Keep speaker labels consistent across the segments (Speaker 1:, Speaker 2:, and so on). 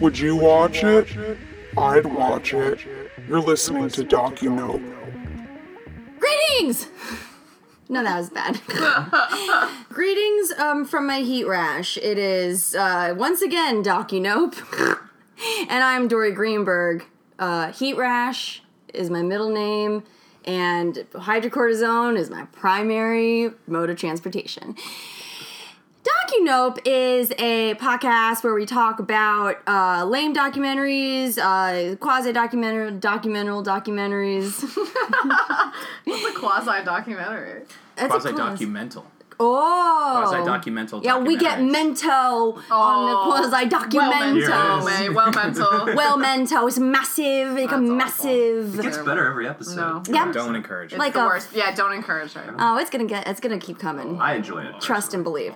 Speaker 1: Would you watch it? I'd watch it. You're listening to DocuNope.
Speaker 2: Greetings! No, that was bad. Greetings um, from my heat rash. It is, uh, once again, Docu Nope. and I'm Dory Greenberg. Uh, heat rash is my middle name, and hydrocortisone is my primary mode of transportation. DocuNope is a podcast where we talk about uh, lame documentaries, uh, quasi documentary, documental documentaries.
Speaker 3: It's a quasi documentary.
Speaker 2: That's a
Speaker 4: quasi
Speaker 2: class.
Speaker 4: documental.
Speaker 2: Oh.
Speaker 4: Quasi documental.
Speaker 2: Yeah, we get Mento on the quasi
Speaker 3: Oh. Well,
Speaker 2: documento.
Speaker 4: Yes.
Speaker 3: men- well mental.
Speaker 2: Well, Mento is massive, like a
Speaker 3: That's awful.
Speaker 2: massive.
Speaker 4: It gets better every episode.
Speaker 3: No.
Speaker 2: Yeah.
Speaker 4: Don't encourage it.
Speaker 2: Like
Speaker 3: It's the
Speaker 2: a-
Speaker 3: worst. Yeah, don't encourage her.
Speaker 2: oh, it's gonna get, it's gonna keep coming.
Speaker 4: Oh, I enjoy it.
Speaker 2: Trust and believe.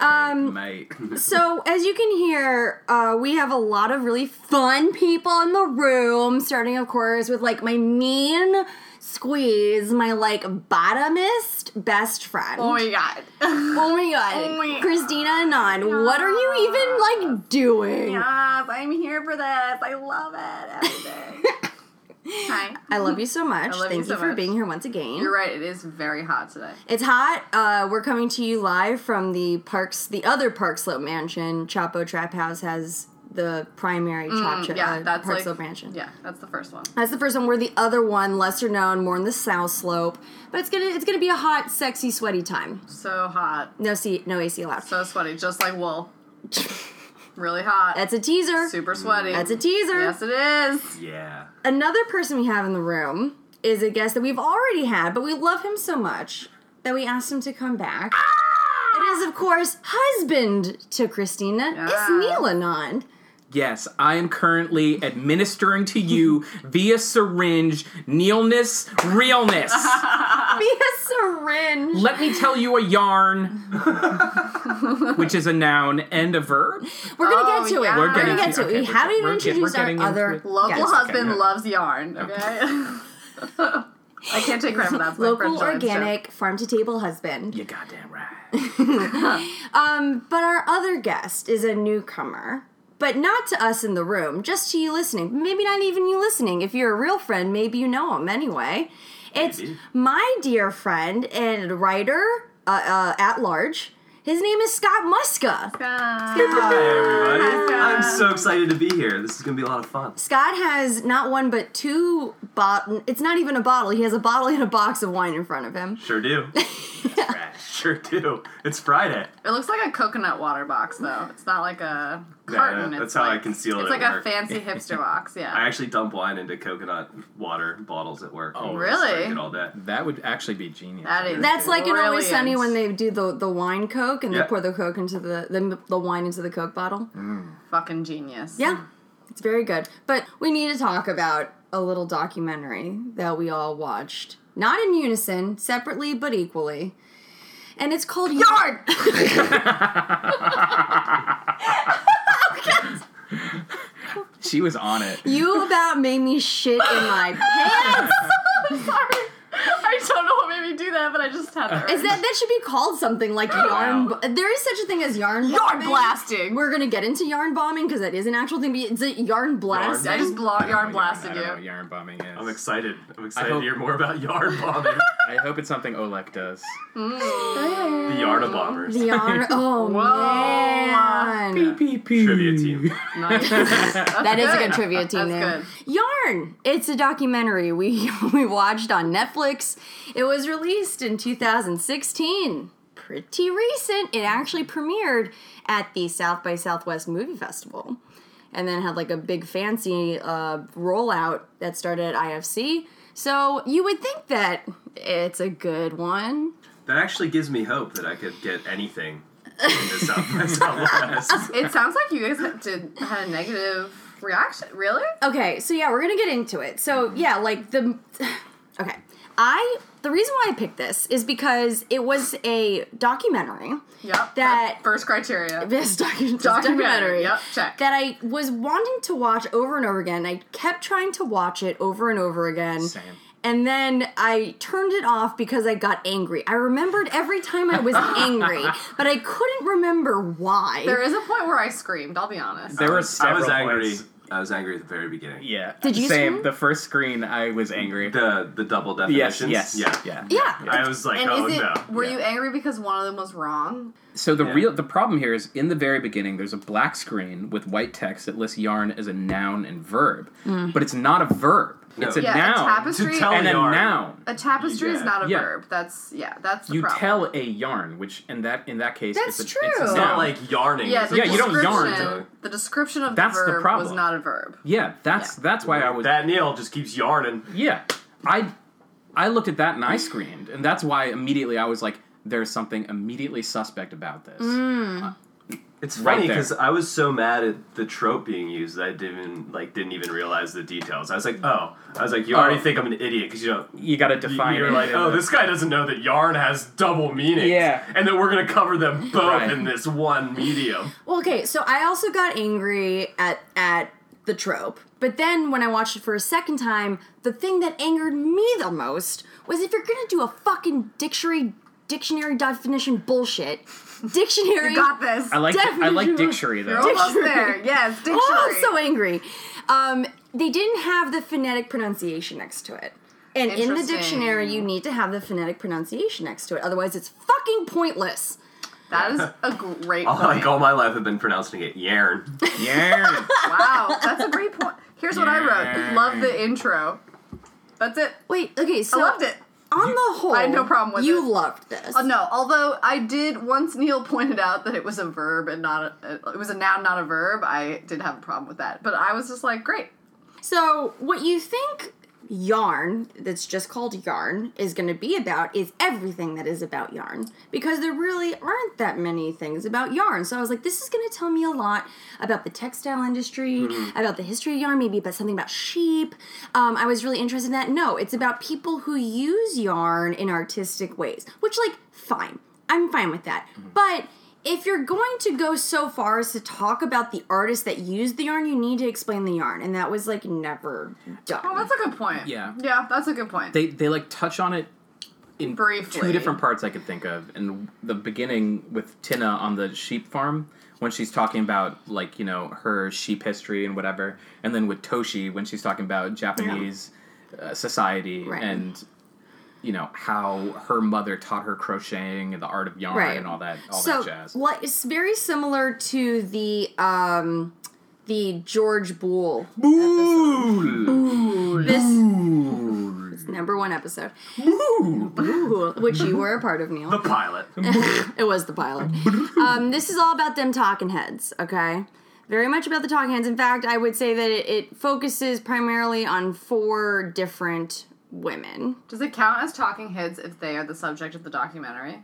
Speaker 4: Um, mate.
Speaker 2: So, as you can hear, uh, we have a lot of really fun people in the room. Starting, of course, with like my mean squeeze, my like bottomist best friend.
Speaker 3: Oh my god.
Speaker 2: Oh my god,
Speaker 3: Oh my-
Speaker 2: Christina Anon, what are you even like doing?
Speaker 3: yes, I'm here for this. I love it every day. Hi.
Speaker 2: I love you so much.
Speaker 3: I love you
Speaker 2: Thank you,
Speaker 3: so
Speaker 2: for
Speaker 3: much.
Speaker 2: being here once again.
Speaker 3: You're right. It is very hot today.
Speaker 2: It's hot. Uh, we're coming to you live from the parks, the other Park Slope mansion. Chapo Trap House has the primary Chop Chop-
Speaker 3: Mm, Yeah,
Speaker 2: uh,
Speaker 3: that's
Speaker 2: Park
Speaker 3: like
Speaker 2: Slope mansion.
Speaker 3: Yeah, that's the first one.
Speaker 2: that's the first one. We're the other one, lesser known, more in the South Slope. But it's gonna it's gonna be a hot, sexy, sweaty time.
Speaker 3: So hot,
Speaker 2: No C, no AC allowed.
Speaker 3: so sweaty, just like wool. Really hot.
Speaker 2: That's a teaser.
Speaker 3: super sweaty.
Speaker 2: That's a teaser.
Speaker 3: Yes, it is.
Speaker 4: Yeah.
Speaker 2: Another person we have in the room is a guest that we've already had, but we love him so much that we asked him to come back. It is, of course, husband to Christina. It's
Speaker 3: Yes.
Speaker 2: Neil Anand.
Speaker 4: Yes, I am currently administering to you via syringe nealness, realness.
Speaker 2: Be a syringe.
Speaker 4: Let me tell you a yarn, which is a noun and a verb.
Speaker 2: We're gonna
Speaker 3: Oh,
Speaker 2: get to it.
Speaker 3: yeah.
Speaker 2: We're
Speaker 3: We're
Speaker 2: gonna,
Speaker 3: getting
Speaker 2: get to
Speaker 4: to-
Speaker 2: it.
Speaker 4: okay,
Speaker 2: we
Speaker 4: we're
Speaker 2: haven't
Speaker 4: get-
Speaker 2: even
Speaker 4: we're get-
Speaker 2: introduced
Speaker 4: we're
Speaker 2: our
Speaker 4: getting into
Speaker 2: other
Speaker 4: it.
Speaker 3: Local
Speaker 2: guest.
Speaker 3: husband
Speaker 4: Okay.
Speaker 3: loves yarn. Okay. I can't take credit for that. It's my friend
Speaker 2: Local
Speaker 3: Jordan's joke.
Speaker 2: organic farm to table husband.
Speaker 4: You goddamn right.
Speaker 2: Um, but our other guest is a newcomer. But not to us in the room, just to you listening. Maybe not even you listening. If you're a real friend, maybe you know him anyway. It's
Speaker 4: Maybe.
Speaker 2: my dear friend and writer uh, uh, at large. His name is Scott Muska.
Speaker 3: Ah.
Speaker 5: Hey everybody!
Speaker 3: Hi,
Speaker 5: I'm
Speaker 3: Scott.
Speaker 5: so excited to be here. This is gonna be a lot of fun.
Speaker 2: Scott has not one but two bottle. It's not even a bottle. He has a bottle and a box of wine in front of him.
Speaker 5: Sure do.
Speaker 4: Right.
Speaker 5: Sure do. It's Friday.
Speaker 3: It looks like a coconut water box, though. It's not like a
Speaker 5: Yeah,
Speaker 3: carton.
Speaker 5: that's
Speaker 3: it's
Speaker 5: how I
Speaker 3: like-
Speaker 5: conceal it
Speaker 3: It's
Speaker 5: at
Speaker 3: like a
Speaker 5: work.
Speaker 3: fancy hipster box.
Speaker 5: I
Speaker 3: Yeah.
Speaker 5: actually dump wine into coconut water bottles at work.
Speaker 4: Oh,
Speaker 5: and
Speaker 3: really?
Speaker 5: drink it all day.
Speaker 4: That would actually be genius.
Speaker 3: That is-
Speaker 2: That's like in Always
Speaker 3: Brilliant.
Speaker 2: Sunny when they do the, the wine coke and they
Speaker 5: Yeah.
Speaker 2: pour the coke into the, the the wine into the coke bottle.
Speaker 3: Fucking genius.
Speaker 2: Yeah, it's very good. But we need to talk about a little documentary that we all watched, not in unison, separately but equally, and it's called Yard.
Speaker 4: She was on it.
Speaker 2: you about made me shit in my pants.
Speaker 3: I'm sorry. I don't know what made me do that, but I just had that.
Speaker 2: Is that that should be called something like yarn?
Speaker 4: Wow.
Speaker 2: bo- There is such a thing as yarn.
Speaker 3: yarn
Speaker 2: bombing.
Speaker 3: blasting?
Speaker 2: We're gonna get into yarn bombing because that is an actual thing. But it's a yarn blast.
Speaker 3: I just blo-
Speaker 4: I don't know
Speaker 3: yarn
Speaker 4: what
Speaker 3: blasted
Speaker 4: Oh, I don't know
Speaker 3: you.
Speaker 4: what yarn bombing is.
Speaker 5: I'm excited. I'm excited
Speaker 4: hope-
Speaker 5: to hear more about yard bombing.
Speaker 4: I hope it's something Oleg does.
Speaker 5: the Yarda bombers.
Speaker 2: The honor. Oh man,
Speaker 5: Trivia team.
Speaker 3: Nice.
Speaker 2: that is a good trivia team
Speaker 3: That's
Speaker 2: name. Yarn. It's a documentary we we watched on Netflix. It was released in 2016. Pretty recent. It actually premiered at the South by Southwest Movie Festival, and then had like a big fancy uh, rollout that started at IFC. So you would think that it's a good one.
Speaker 5: That actually gives me hope that I could get anything in the South by Southwest.
Speaker 3: It sounds like you guys did had a negative reaction. Really?
Speaker 2: Okay, so yeah, we're gonna get into it. So yeah, like the okay, I the reason why I picked this is because it was a documentary.
Speaker 3: Yep.
Speaker 2: That-
Speaker 3: first criteria.
Speaker 2: This docu- this
Speaker 3: Documentary,
Speaker 2: documentary
Speaker 3: yep, check.
Speaker 2: that I was wanting to watch over and over again. I kept trying to watch it over and over again,
Speaker 4: Same.
Speaker 2: And then I turned it off because I got angry. I remembered every time I was angry, but I couldn't remember why.
Speaker 3: There is a point where I screamed, I'll be honest.
Speaker 5: I
Speaker 4: There were
Speaker 5: was, I was
Speaker 4: several
Speaker 5: angry.
Speaker 4: points.
Speaker 5: I was angry at the very beginning.
Speaker 4: Yeah.
Speaker 2: Did you
Speaker 4: Same.
Speaker 2: scream?
Speaker 4: The first screen, I was angry.
Speaker 5: The the double
Speaker 4: yes,
Speaker 5: definitions.
Speaker 4: yes,
Speaker 5: Yeah.
Speaker 4: yeah.
Speaker 2: yeah.
Speaker 5: I was like,
Speaker 3: and
Speaker 5: oh
Speaker 3: is it
Speaker 5: no.
Speaker 3: were
Speaker 4: yeah.
Speaker 3: you angry because one of them was wrong?
Speaker 4: So the
Speaker 5: Yeah.
Speaker 4: real the problem here is in the very beginning there's a black screen with white text that lists yarn as a noun and verb, but it's not a verb.
Speaker 5: No.
Speaker 4: It's a
Speaker 5: Yeah,
Speaker 3: a
Speaker 4: noun
Speaker 3: tapestry-
Speaker 5: To tell
Speaker 4: and a
Speaker 5: yarn.
Speaker 4: noun.
Speaker 3: A tapestry is
Speaker 5: Yeah.
Speaker 3: not a
Speaker 4: Yeah.
Speaker 3: verb. That's yeah, that's the
Speaker 4: You
Speaker 3: problem.
Speaker 4: tell a yarn, which in that in that case
Speaker 2: That's
Speaker 4: it's a, It's a
Speaker 2: true.
Speaker 5: It's
Speaker 4: noun.
Speaker 5: not like yarning.
Speaker 3: yeah, the
Speaker 4: Yeah, you don't yarn,
Speaker 3: description-
Speaker 5: though.
Speaker 3: The description of
Speaker 4: That's
Speaker 3: the
Speaker 4: the
Speaker 3: verb was
Speaker 4: problem.
Speaker 3: not a verb.
Speaker 4: yeah, that's that's why I was
Speaker 5: That Neil just keeps yarning.
Speaker 4: yeah. I I looked at that and I screamed, and that's why immediately I was like, there's something immediately suspect about this.
Speaker 5: It's
Speaker 4: Right
Speaker 5: funny
Speaker 4: there.
Speaker 5: because I was so mad at the trope being used that I didn't even, like didn't even realize the details. I was like, oh, I was like, you already
Speaker 4: Oh.
Speaker 5: think I'm an idiot because you don't.
Speaker 4: You got to
Speaker 5: you-
Speaker 4: define.
Speaker 5: You're
Speaker 4: it
Speaker 5: like,
Speaker 4: in
Speaker 5: oh,
Speaker 4: the-
Speaker 5: this guy doesn't know that yarn has double meanings,
Speaker 4: Yeah.
Speaker 5: and that we're gonna cover them both
Speaker 4: Right.
Speaker 5: in this one medium.
Speaker 2: Well, okay, so I also got angry at at the trope. But then when I watched it for a second time, the thing that angered me the most was if you're gonna do a fucking dictionary dictionary definition bullshit, dictionary
Speaker 3: You got this.
Speaker 4: I like I like
Speaker 2: definition-
Speaker 4: dictionary though.
Speaker 3: You're almost
Speaker 2: Dictionary.
Speaker 3: there. Yes, dictionary.
Speaker 2: Oh, I'm so angry. Um, they didn't have the phonetic pronunciation next to it. And in the
Speaker 3: Interesting.
Speaker 2: dictionary, you need to have the phonetic pronunciation next to it. Otherwise, it's fucking pointless.
Speaker 3: that is a great point.
Speaker 5: Like all Oh my life, I've been pronouncing it yarn.
Speaker 4: Yarn.
Speaker 3: Wow, that's a great point. Here's what I wrote. Love the intro. That's it.
Speaker 2: Wait, okay, so
Speaker 3: I loved it.
Speaker 2: on the whole,
Speaker 3: I had no problem with
Speaker 2: you
Speaker 3: it.
Speaker 2: loved this.
Speaker 3: Uh, no, although I did once Neil pointed out that it was a verb and not a, it was a noun, not a verb. I did have a problem with that, but I was just like, great.
Speaker 2: So, what you think yarn, that's just called yarn, is going to be about is everything that is about yarn because there really aren't that many things about yarn. So, I was like, this is going to tell me a lot about the textile industry, about the history of yarn, maybe about something about sheep. Um, I was really interested in that. No, it's about people who use yarn in artistic ways, which, like, fine. I'm fine with that. But if you're going to go so far as to talk about the artist that used the yarn, you need to explain the yarn, and that was like never
Speaker 3: Oh,
Speaker 2: done.
Speaker 3: that's a good point.
Speaker 4: Yeah.
Speaker 3: yeah, that's a good point.
Speaker 4: they they like touch on it in
Speaker 3: Briefly.
Speaker 4: two different parts I could think of. And the beginning with Tina on the sheep farm when she's talking about like you know her sheep history and whatever, and then with Toshi when she's talking about Japanese uh, society
Speaker 2: Right.
Speaker 4: and you know how her mother taught her crocheting and the art of yarn
Speaker 2: Right.
Speaker 4: and all that all
Speaker 2: So,
Speaker 4: that jazz.
Speaker 2: what is very similar to the um, the George Boole
Speaker 4: Bool.
Speaker 2: this
Speaker 4: Bool.
Speaker 2: number one episode, Boole, which you were a part of, Neil.
Speaker 5: The pilot.
Speaker 2: It was the pilot. Um, this is all about them talking heads, okay? Very much about the talking heads. In fact, I would say that it, it focuses primarily on four different women.
Speaker 3: Does it count as talking heads if they are the subject of the documentary?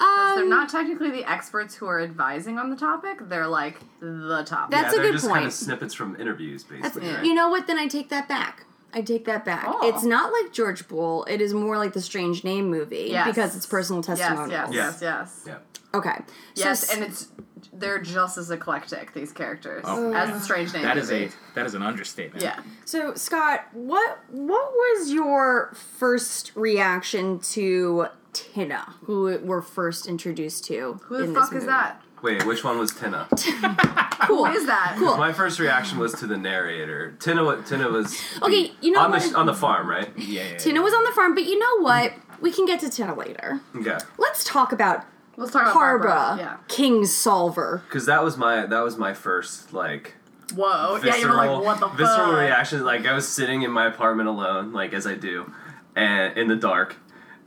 Speaker 2: Um,
Speaker 3: They're not technically the experts who are advising on the topic. They're like the topic.
Speaker 2: That's
Speaker 5: yeah,
Speaker 2: a
Speaker 5: they're
Speaker 2: good
Speaker 5: just kind
Speaker 2: point.
Speaker 5: of snippets from interviews, basically.
Speaker 3: yeah.
Speaker 5: right?
Speaker 2: You know what? Then I take that back. I take that back.
Speaker 3: Oh.
Speaker 2: It's not like George Bull. It is more like the Strange Name movie
Speaker 3: Yes.
Speaker 2: because it's personal testimonials.
Speaker 3: Yes,
Speaker 5: Yeah.
Speaker 3: yes, yes, yes.
Speaker 5: Yeah.
Speaker 2: Okay.
Speaker 3: Yes,
Speaker 2: so,
Speaker 3: and it's they're just as eclectic these characters as the strange name.
Speaker 4: Oh. That is a
Speaker 3: movie.
Speaker 4: that is an understatement.
Speaker 3: yeah.
Speaker 2: so Scott, what what was your first reaction to Tina, who we're first introduced to?
Speaker 3: Who the
Speaker 2: in this
Speaker 3: fuck is
Speaker 2: movie?
Speaker 3: that?
Speaker 5: Wait, which one was Tina?
Speaker 2: Cool.
Speaker 3: Who is that?
Speaker 5: My first reaction was to the narrator. Tina, wa- Tina was
Speaker 2: Okay, you know
Speaker 5: on the
Speaker 2: what?
Speaker 5: on the farm, right?
Speaker 4: Yeah, yeah, yeah.
Speaker 2: Tina was on the farm, but you know what? We can get to Tina later.
Speaker 5: Okay,
Speaker 2: Let's talk about
Speaker 3: Let's talk about
Speaker 2: Barbara,
Speaker 3: Oh, Barbara. Yeah.
Speaker 2: King Solver.
Speaker 5: because that was my that was my first like
Speaker 3: Whoa. yeah, you were
Speaker 5: visceral,
Speaker 3: like, what the fuck?
Speaker 5: visceral reaction. Like I was sitting in my apartment alone, like as I do, and in the dark,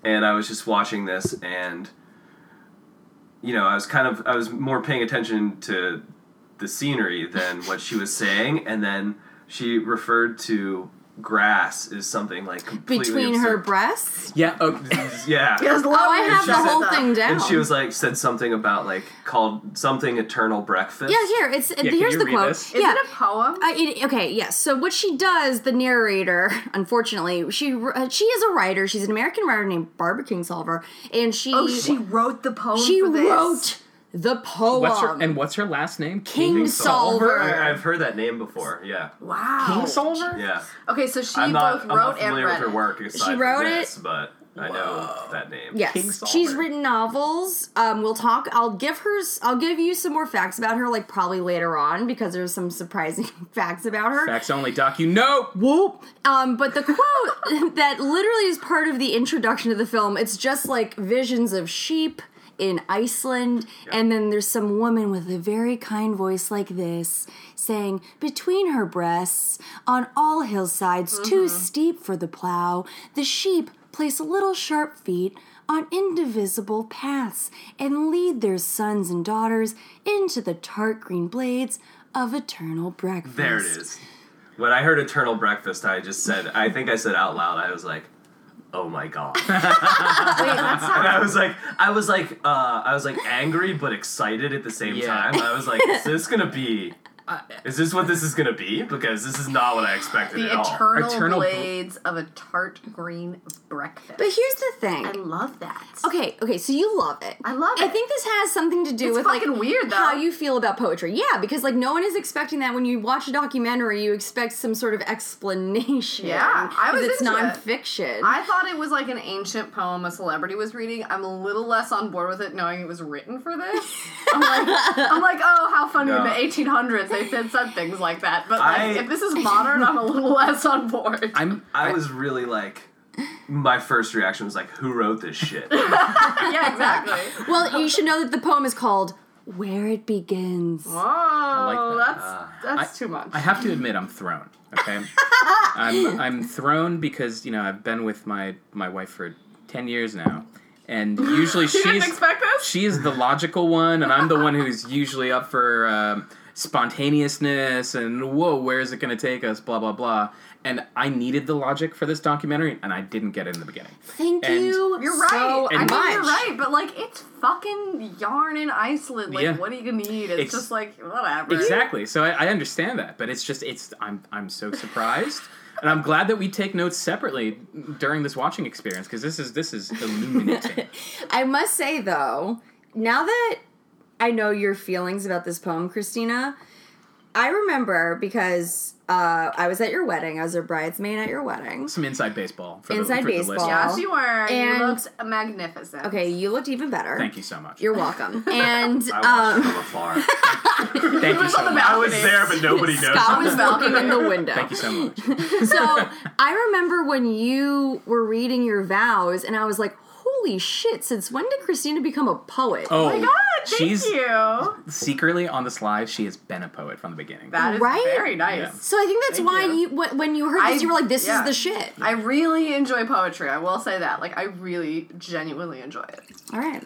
Speaker 5: and I was just watching this, and you know, I was kind of I was more paying attention to the scenery than what she was saying, and then she referred to grass as something like completely
Speaker 2: Between her
Speaker 5: absurd.
Speaker 2: breasts?
Speaker 4: yeah. oh,
Speaker 5: yeah.
Speaker 3: It was
Speaker 2: Oh, I have
Speaker 5: she
Speaker 2: the
Speaker 5: said
Speaker 2: whole
Speaker 3: that.
Speaker 2: thing down.
Speaker 5: And she was like said something about like called something eternal breakfast.
Speaker 2: Yeah, here it's
Speaker 4: can
Speaker 2: here's
Speaker 4: you
Speaker 2: the
Speaker 4: read
Speaker 2: quote.
Speaker 4: this?
Speaker 3: Is
Speaker 2: Yeah.
Speaker 3: it a poem?
Speaker 2: Uh, it, okay, yes. So what she does, the narrator, unfortunately, she uh, she is a writer. She's an American writer named Barbara Kingsolver, and she
Speaker 3: oh, she Oh, wrote the poem.
Speaker 2: she
Speaker 3: for this?
Speaker 2: wrote the poem.
Speaker 4: What's her, and what's her last name?
Speaker 2: King Solver.
Speaker 5: I, I've heard that name before. Yeah,
Speaker 3: Wow.
Speaker 4: King Solver.
Speaker 5: yeah.
Speaker 3: Okay, so she
Speaker 5: I'm not,
Speaker 3: both
Speaker 5: I'm
Speaker 3: wrote
Speaker 5: not familiar
Speaker 3: and read
Speaker 5: with her
Speaker 3: it.
Speaker 5: work aside
Speaker 2: She wrote
Speaker 5: from this,
Speaker 2: it?
Speaker 5: but I know that name.
Speaker 4: King
Speaker 2: Yes,
Speaker 4: Solver.
Speaker 2: she's written novels. Um, we'll talk. I'll give her. s- I'll give you some more facts about her, like probably later on, because there's some surprising facts about her.
Speaker 4: Facts only, doc. You know.
Speaker 2: Whoop. Um, but the quote that literally is part of the introduction to the film, it's just like visions of sheep in Iceland, and then there's some woman with a very kind voice like this saying, Between her breasts, on all hillsides too
Speaker 5: Mm-hmm.
Speaker 2: steep for the plow, the sheep place little sharp feet on indivisible paths and lead their sons and daughters into the tart green blades of eternal breakfast.
Speaker 5: There it is. When I heard Eternal Breakfast, I just said, I think I said out loud, I was like, oh my god. and
Speaker 3: Wait, that's not
Speaker 5: I was like, I was like, uh, I was like angry but excited at the same
Speaker 4: Yeah.
Speaker 5: time. I was like, is this gonna be. Is this what this is gonna be? Because this is not what I expected
Speaker 3: the
Speaker 5: at all.
Speaker 3: eternal,
Speaker 4: Eternal bl-
Speaker 3: blades of a tart green breakfast.
Speaker 2: But here's the thing.
Speaker 3: I love that.
Speaker 2: Okay, okay, so you love it.
Speaker 3: I love
Speaker 2: I
Speaker 3: it.
Speaker 2: think this has something to do
Speaker 3: It's
Speaker 2: with
Speaker 3: fucking
Speaker 2: like
Speaker 3: weird, though.
Speaker 2: how you feel about poetry. Yeah, because like no one is expecting that when you watch a documentary, you expect some sort of explanation.
Speaker 3: Yeah, I
Speaker 2: 'cause
Speaker 3: was
Speaker 2: it's
Speaker 3: into it.
Speaker 2: nonfiction.
Speaker 3: I thought it was like an ancient poem a celebrity was reading. I'm a little less on board with it knowing it was written for this. I'm like, I'm like oh, how funny in
Speaker 5: No.
Speaker 3: the 1800s they said, said things like that. But like,
Speaker 5: I-
Speaker 3: if this is modern, I'm a little less on board.
Speaker 4: I'm.
Speaker 5: I was really like, my first reaction was like, who wrote this shit?
Speaker 3: yeah, exactly.
Speaker 2: well, you should know that the poem is called "Where It Begins."
Speaker 3: Whoa,
Speaker 4: that.
Speaker 3: Oh,
Speaker 4: Uh,
Speaker 3: that's that's too much.
Speaker 4: I have to admit, I'm thrown. Okay, I'm I'm thrown because you know I've been with my my wife for ten years now, and usually
Speaker 3: you didn't
Speaker 4: she's
Speaker 3: expect this?
Speaker 4: she's the logical one, and I'm the one who's usually up for um, spontaneousness and whoa, where is it going to take us? Blah blah blah. And I needed the logic for this documentary, and I didn't get it in the beginning.
Speaker 2: Thank
Speaker 4: And-
Speaker 2: you.
Speaker 3: You're right.
Speaker 2: So
Speaker 3: I mean,
Speaker 4: and-
Speaker 2: much.
Speaker 3: you're right, but like, it's fucking yarn in Iceland. Like,
Speaker 4: Yeah.
Speaker 3: what are you gonna need? It's,
Speaker 4: Ex-
Speaker 3: just like whatever.
Speaker 4: Exactly. So I, I understand that, but it's just it's I'm I'm so surprised, and I'm glad that we take notes separately during this watching experience because this is this is illuminating.
Speaker 2: I must say though, now that I know your feelings about this poem, Christina, I remember because uh, I was at your wedding. I was a bridesmaid at your wedding.
Speaker 4: Some inside baseball. For
Speaker 2: Inside
Speaker 4: the, for
Speaker 2: baseball.
Speaker 4: The listeners.
Speaker 3: Yes, you were.
Speaker 2: And-
Speaker 3: you looked magnificent.
Speaker 2: Okay, you looked even better.
Speaker 4: Thank you so much.
Speaker 2: You're welcome. And
Speaker 5: I watched
Speaker 2: um,
Speaker 5: from afar.
Speaker 4: Thank you
Speaker 3: was on
Speaker 4: so
Speaker 3: the Oh
Speaker 4: much.
Speaker 5: I was there, but nobody knows.
Speaker 2: Scott was
Speaker 3: balcony.
Speaker 2: looking in the window.
Speaker 4: Thank you so much.
Speaker 2: So I remember when you were reading your vows, and I was like, "Holy shit! Since when did Christina become a poet?"
Speaker 3: Oh
Speaker 4: Oh,
Speaker 3: my God, thank
Speaker 4: she's
Speaker 3: you.
Speaker 4: secretly on the slide. She has been a poet from the beginning.
Speaker 3: That is
Speaker 2: Right?
Speaker 3: very nice.
Speaker 2: So I think that's
Speaker 3: Thank
Speaker 2: why
Speaker 3: you.
Speaker 2: you, wh- when you heard this,
Speaker 3: I-
Speaker 2: you were like, "This
Speaker 3: yeah.
Speaker 2: is the shit."
Speaker 3: I really enjoy poetry. I will say that. Like, I really genuinely enjoy it.
Speaker 2: All right.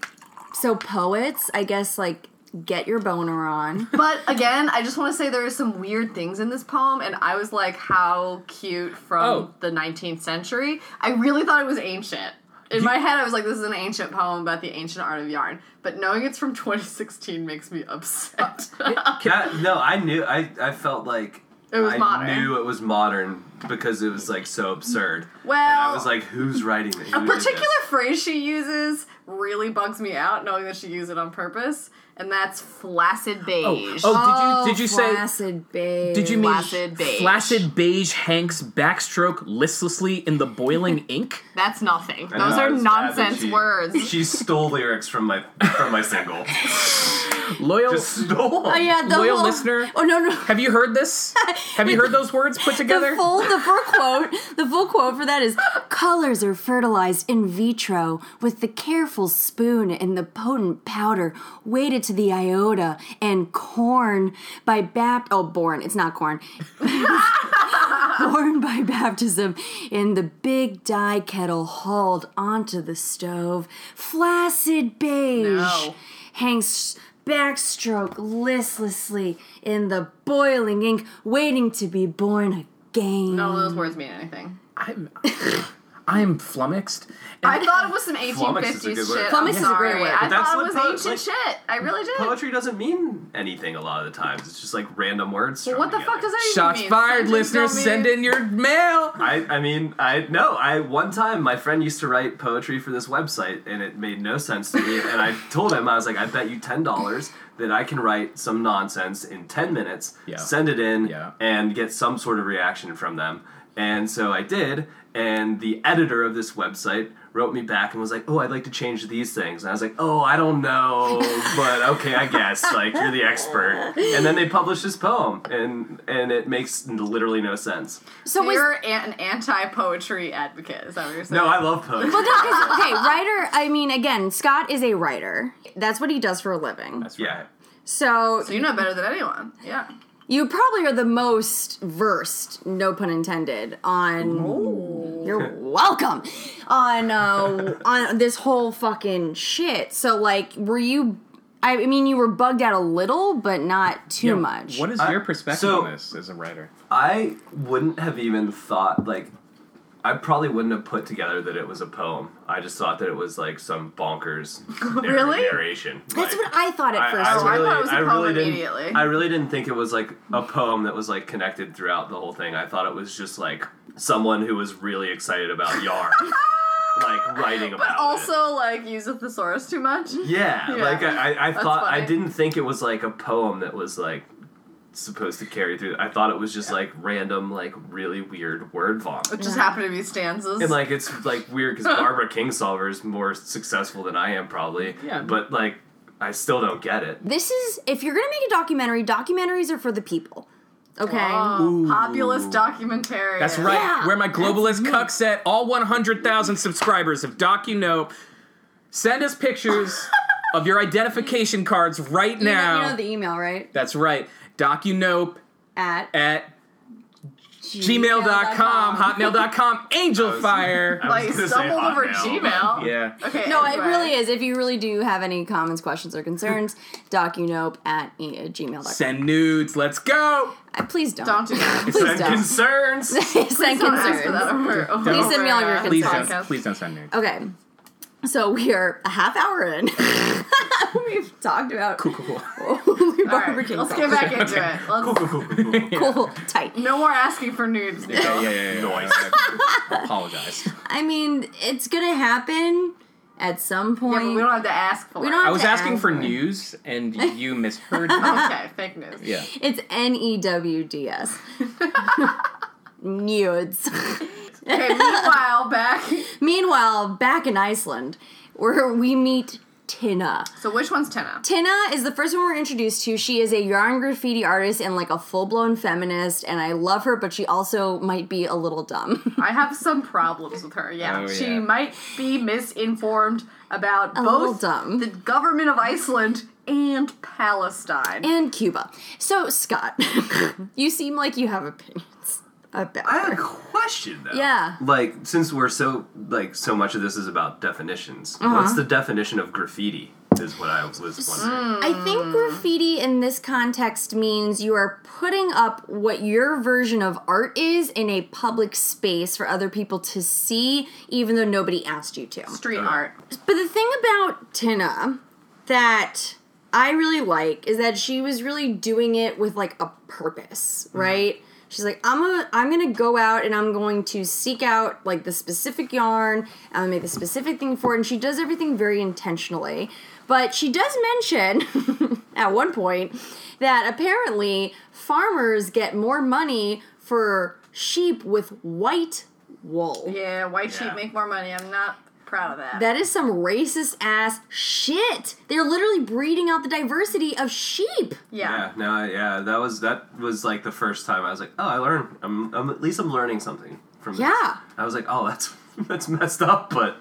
Speaker 2: So poets, I guess, like get your boner on.
Speaker 3: But again, I just want to say there are some weird things in this poem, and I was like, how cute from
Speaker 4: Oh.
Speaker 3: the 19th century. I really thought it was ancient. In my head, I was like, this is an ancient poem about the ancient art of yarn. But knowing it's from 2016 makes me upset.
Speaker 5: That- no, I knew. I, I felt like
Speaker 3: It was
Speaker 5: I
Speaker 3: modern.
Speaker 5: knew it was modern because it was like so absurd. and I
Speaker 3: well,
Speaker 5: was like, who's writing this?
Speaker 3: A particular phrase she uses really bugs me out, knowing that she used it on purpose, and that's flaccid beige.
Speaker 4: oh, Did you- did you say-
Speaker 2: flaccid babe?
Speaker 4: Did you mean
Speaker 3: Flaccid beige.
Speaker 4: flaccid beige Hanks backstroke listlessly in the boiling ink?
Speaker 3: That's nothing.
Speaker 5: I know,
Speaker 3: Those
Speaker 5: I
Speaker 3: are
Speaker 5: was mad that
Speaker 3: nonsense
Speaker 5: she-
Speaker 3: words.
Speaker 5: She stole lyrics from my from my single.
Speaker 4: Loyal.
Speaker 5: Just stole.
Speaker 2: Oh yeah, the
Speaker 4: Loyal
Speaker 2: whole-
Speaker 4: listener?
Speaker 2: Oh no, no.
Speaker 4: have you heard this? Have you heard those words put together?
Speaker 2: The full, the full quote, the full quote for that is: "Colors are fertilized in vitro with the careful spoon and the potent powder weighted to the iota and corn by bapt. Oh, born. It's not corn. born by baptism in the big dye kettle hauled onto the stove. Flaccid beige
Speaker 3: No.
Speaker 2: hangs backstroke listlessly in the boiling ink, waiting to be born again.
Speaker 3: None of those words mean anything.
Speaker 4: I'm, I'm flummoxed.
Speaker 3: I thought it was some
Speaker 5: Flummox is a
Speaker 3: 1850s
Speaker 5: good word.
Speaker 3: shit.
Speaker 2: Flummox
Speaker 3: I'm
Speaker 2: is a great
Speaker 3: sorry.
Speaker 2: word.
Speaker 3: I
Speaker 5: But that's
Speaker 3: thought it
Speaker 5: what
Speaker 3: was
Speaker 5: poet-
Speaker 3: ancient
Speaker 5: like,
Speaker 3: shit. I really did.
Speaker 5: Poetry doesn't mean anything a lot of the times. It's just like random words.
Speaker 3: Well, what the
Speaker 5: strung
Speaker 3: fuck does
Speaker 5: together.
Speaker 3: that even
Speaker 4: Shots
Speaker 3: mean?
Speaker 4: fired,
Speaker 3: Sentence
Speaker 4: listeners.
Speaker 3: don't
Speaker 4: Send
Speaker 3: mean-
Speaker 4: in your mail.
Speaker 5: I, I mean, I no. I one time my friend used to write poetry for this website, and it made no sense to me. and I told him I was like, I bet you ten dollars that I can write some nonsense in ten minutes,
Speaker 4: Yeah.
Speaker 5: send it in,
Speaker 4: Yeah.
Speaker 5: and get some sort of reaction from them. And so I did. And the editor of this website wrote me back and was like, "Oh, I'd like to change these things." And I was like, "Oh, I don't know, but okay, I guess. Like you're the expert." And then they published this poem, and and it makes literally no sense.
Speaker 2: So was
Speaker 3: You're an anti poetry advocate. Is that what you're saying?
Speaker 5: No, I love poetry.
Speaker 2: well, no, 'cause- okay, writer. I mean, again, Scott is a writer. That's what he does for a living.
Speaker 4: That's
Speaker 5: Yeah.
Speaker 2: So
Speaker 3: So you know better than anyone. Yeah.
Speaker 2: you probably are the most versed, no pun intended, on. You're welcome on uh, on this whole fucking shit. So like, were you? I mean, you were bugged out a little, but not too
Speaker 4: Yeah,
Speaker 2: much.
Speaker 4: What is
Speaker 5: I-
Speaker 4: your perspective
Speaker 5: so-
Speaker 4: on this as a writer?
Speaker 5: I wouldn't have even thought like I probably wouldn't have put together that it was a poem. I just thought that it was like some bonkers narr-
Speaker 3: Really?
Speaker 5: narration.
Speaker 2: That's
Speaker 5: Like,
Speaker 2: what I thought at first.
Speaker 3: Oh, I thought it was a poem immediately.
Speaker 5: didn't. I really didn't think it was like a poem that was like connected throughout the whole thing. I thought it was just like someone who was really excited about yarn, like writing about.
Speaker 3: But
Speaker 5: it.
Speaker 3: also, like, use a thesaurus too much. Yeah.
Speaker 5: yeah, like I, I, I
Speaker 3: That's
Speaker 5: thought I
Speaker 3: funny.
Speaker 5: didn't think it was like a poem that was like supposed to carry through. I thought it was just like random, like really weird word vomit.
Speaker 3: It just happened to be stanzas.
Speaker 5: And like it's like weird because Barbara Kingsolver is more successful than I am probably.
Speaker 4: Yeah.
Speaker 5: But like I still don't get it.
Speaker 2: this is if you're gonna make a documentary, documentaries are for the people. Okay.
Speaker 3: Oh, populist documentary.
Speaker 4: That's right.
Speaker 2: Yeah.
Speaker 4: Where my globalist cuck set all 100,000 subscribers of DocuNope. Send us pictures of your identification cards right
Speaker 2: You know-
Speaker 4: now.
Speaker 2: You know, the email, right?
Speaker 4: That's right. DocuNope
Speaker 2: At,
Speaker 4: at gmail.com, hotmail.com, angelfire.
Speaker 5: I
Speaker 3: Like,
Speaker 5: was gonna say
Speaker 3: stumbled over
Speaker 5: Hotmail,
Speaker 3: Gmail.
Speaker 4: yeah.
Speaker 3: Okay.
Speaker 2: No, Oh, it
Speaker 3: anyway.
Speaker 2: really is. If you really do have any comments, questions, or concerns, docunope at e- uh, gmail.com.
Speaker 4: Send nudes. Let's go.
Speaker 2: Uh, please don't.
Speaker 3: Don't do that.
Speaker 2: Please
Speaker 5: but-
Speaker 2: don't.
Speaker 5: And concerns.
Speaker 2: Send
Speaker 3: Don't ask for that
Speaker 2: concerns.
Speaker 3: over- over,
Speaker 4: Please
Speaker 2: send me all your
Speaker 3: uh,
Speaker 4: Please
Speaker 2: Sorry,
Speaker 4: don't,
Speaker 3: podcast.
Speaker 4: please don't send nudes.
Speaker 2: Okay. So we are a half hour in. We've talked about
Speaker 4: Cool, cool, cool.
Speaker 2: only
Speaker 3: All right,
Speaker 2: Barbara King.
Speaker 3: let's get back into it. Let's,
Speaker 2: Cool, tight.
Speaker 3: no more asking for nudes. Nicole.
Speaker 4: Yeah, yeah, yeah. yeah.
Speaker 5: Noise.
Speaker 4: I apologize.
Speaker 2: I mean, it's gonna happen at some
Speaker 3: Yeah,
Speaker 2: point.
Speaker 3: but we don't have to ask for
Speaker 2: We
Speaker 3: it.
Speaker 2: don't
Speaker 4: I was
Speaker 2: to
Speaker 4: asking
Speaker 2: ask
Speaker 4: for
Speaker 2: her.
Speaker 4: news, and you misheard me.
Speaker 3: Okay, fake news.
Speaker 4: Yeah.
Speaker 2: It's N E W D S. Nudes.
Speaker 3: Okay, meanwhile, back.
Speaker 2: Meanwhile, back in Iceland, where we meet Tina.
Speaker 3: So which one's Tina?
Speaker 2: Tina is the first one we're introduced to. She is a yarn graffiti artist and like a full blown feminist, and I love her, but she also might be a little dumb.
Speaker 3: I have some problems with her. Yeah,
Speaker 4: Oh,
Speaker 3: she
Speaker 4: yeah.
Speaker 3: might be misinformed about
Speaker 2: little
Speaker 3: both
Speaker 2: dumb.
Speaker 3: the government of Iceland and Palestine.
Speaker 2: and Cuba. So, Scott, you seem like you have opinions about
Speaker 5: I have a
Speaker 2: her.
Speaker 5: question though.
Speaker 2: Yeah.
Speaker 5: Like since we're so like so much of this is about definitions.
Speaker 3: Uh-huh.
Speaker 5: What's the definition of graffiti? Is what I was
Speaker 3: Hmm.
Speaker 5: wondering.
Speaker 2: I think graffiti in this context means you are putting up what your version of art is in a public space for other people to see, even though nobody asked you to.
Speaker 3: Street art.
Speaker 2: But the thing about Tina that I really like is that she was really doing it with like a purpose, right? She's like, I'm a, I'm gonna go out and I'm going to seek out like the specific yarn. I'm gonna make the specific thing for it, and she does everything very intentionally. But she does mention at one point that apparently farmers get more money for sheep with white wool.
Speaker 3: Yeah, white sheep
Speaker 5: Yeah.
Speaker 3: make more money. I'm not proud of that.
Speaker 2: That is some racist ass shit. They're literally breeding out the diversity of sheep.
Speaker 3: yeah.
Speaker 5: Yeah, no, I- yeah, that was that was like the first time I was like, oh, I learned. I'm, I'm at least I'm learning something from this.
Speaker 2: Yeah.
Speaker 5: I was like, oh, that's that's messed up, but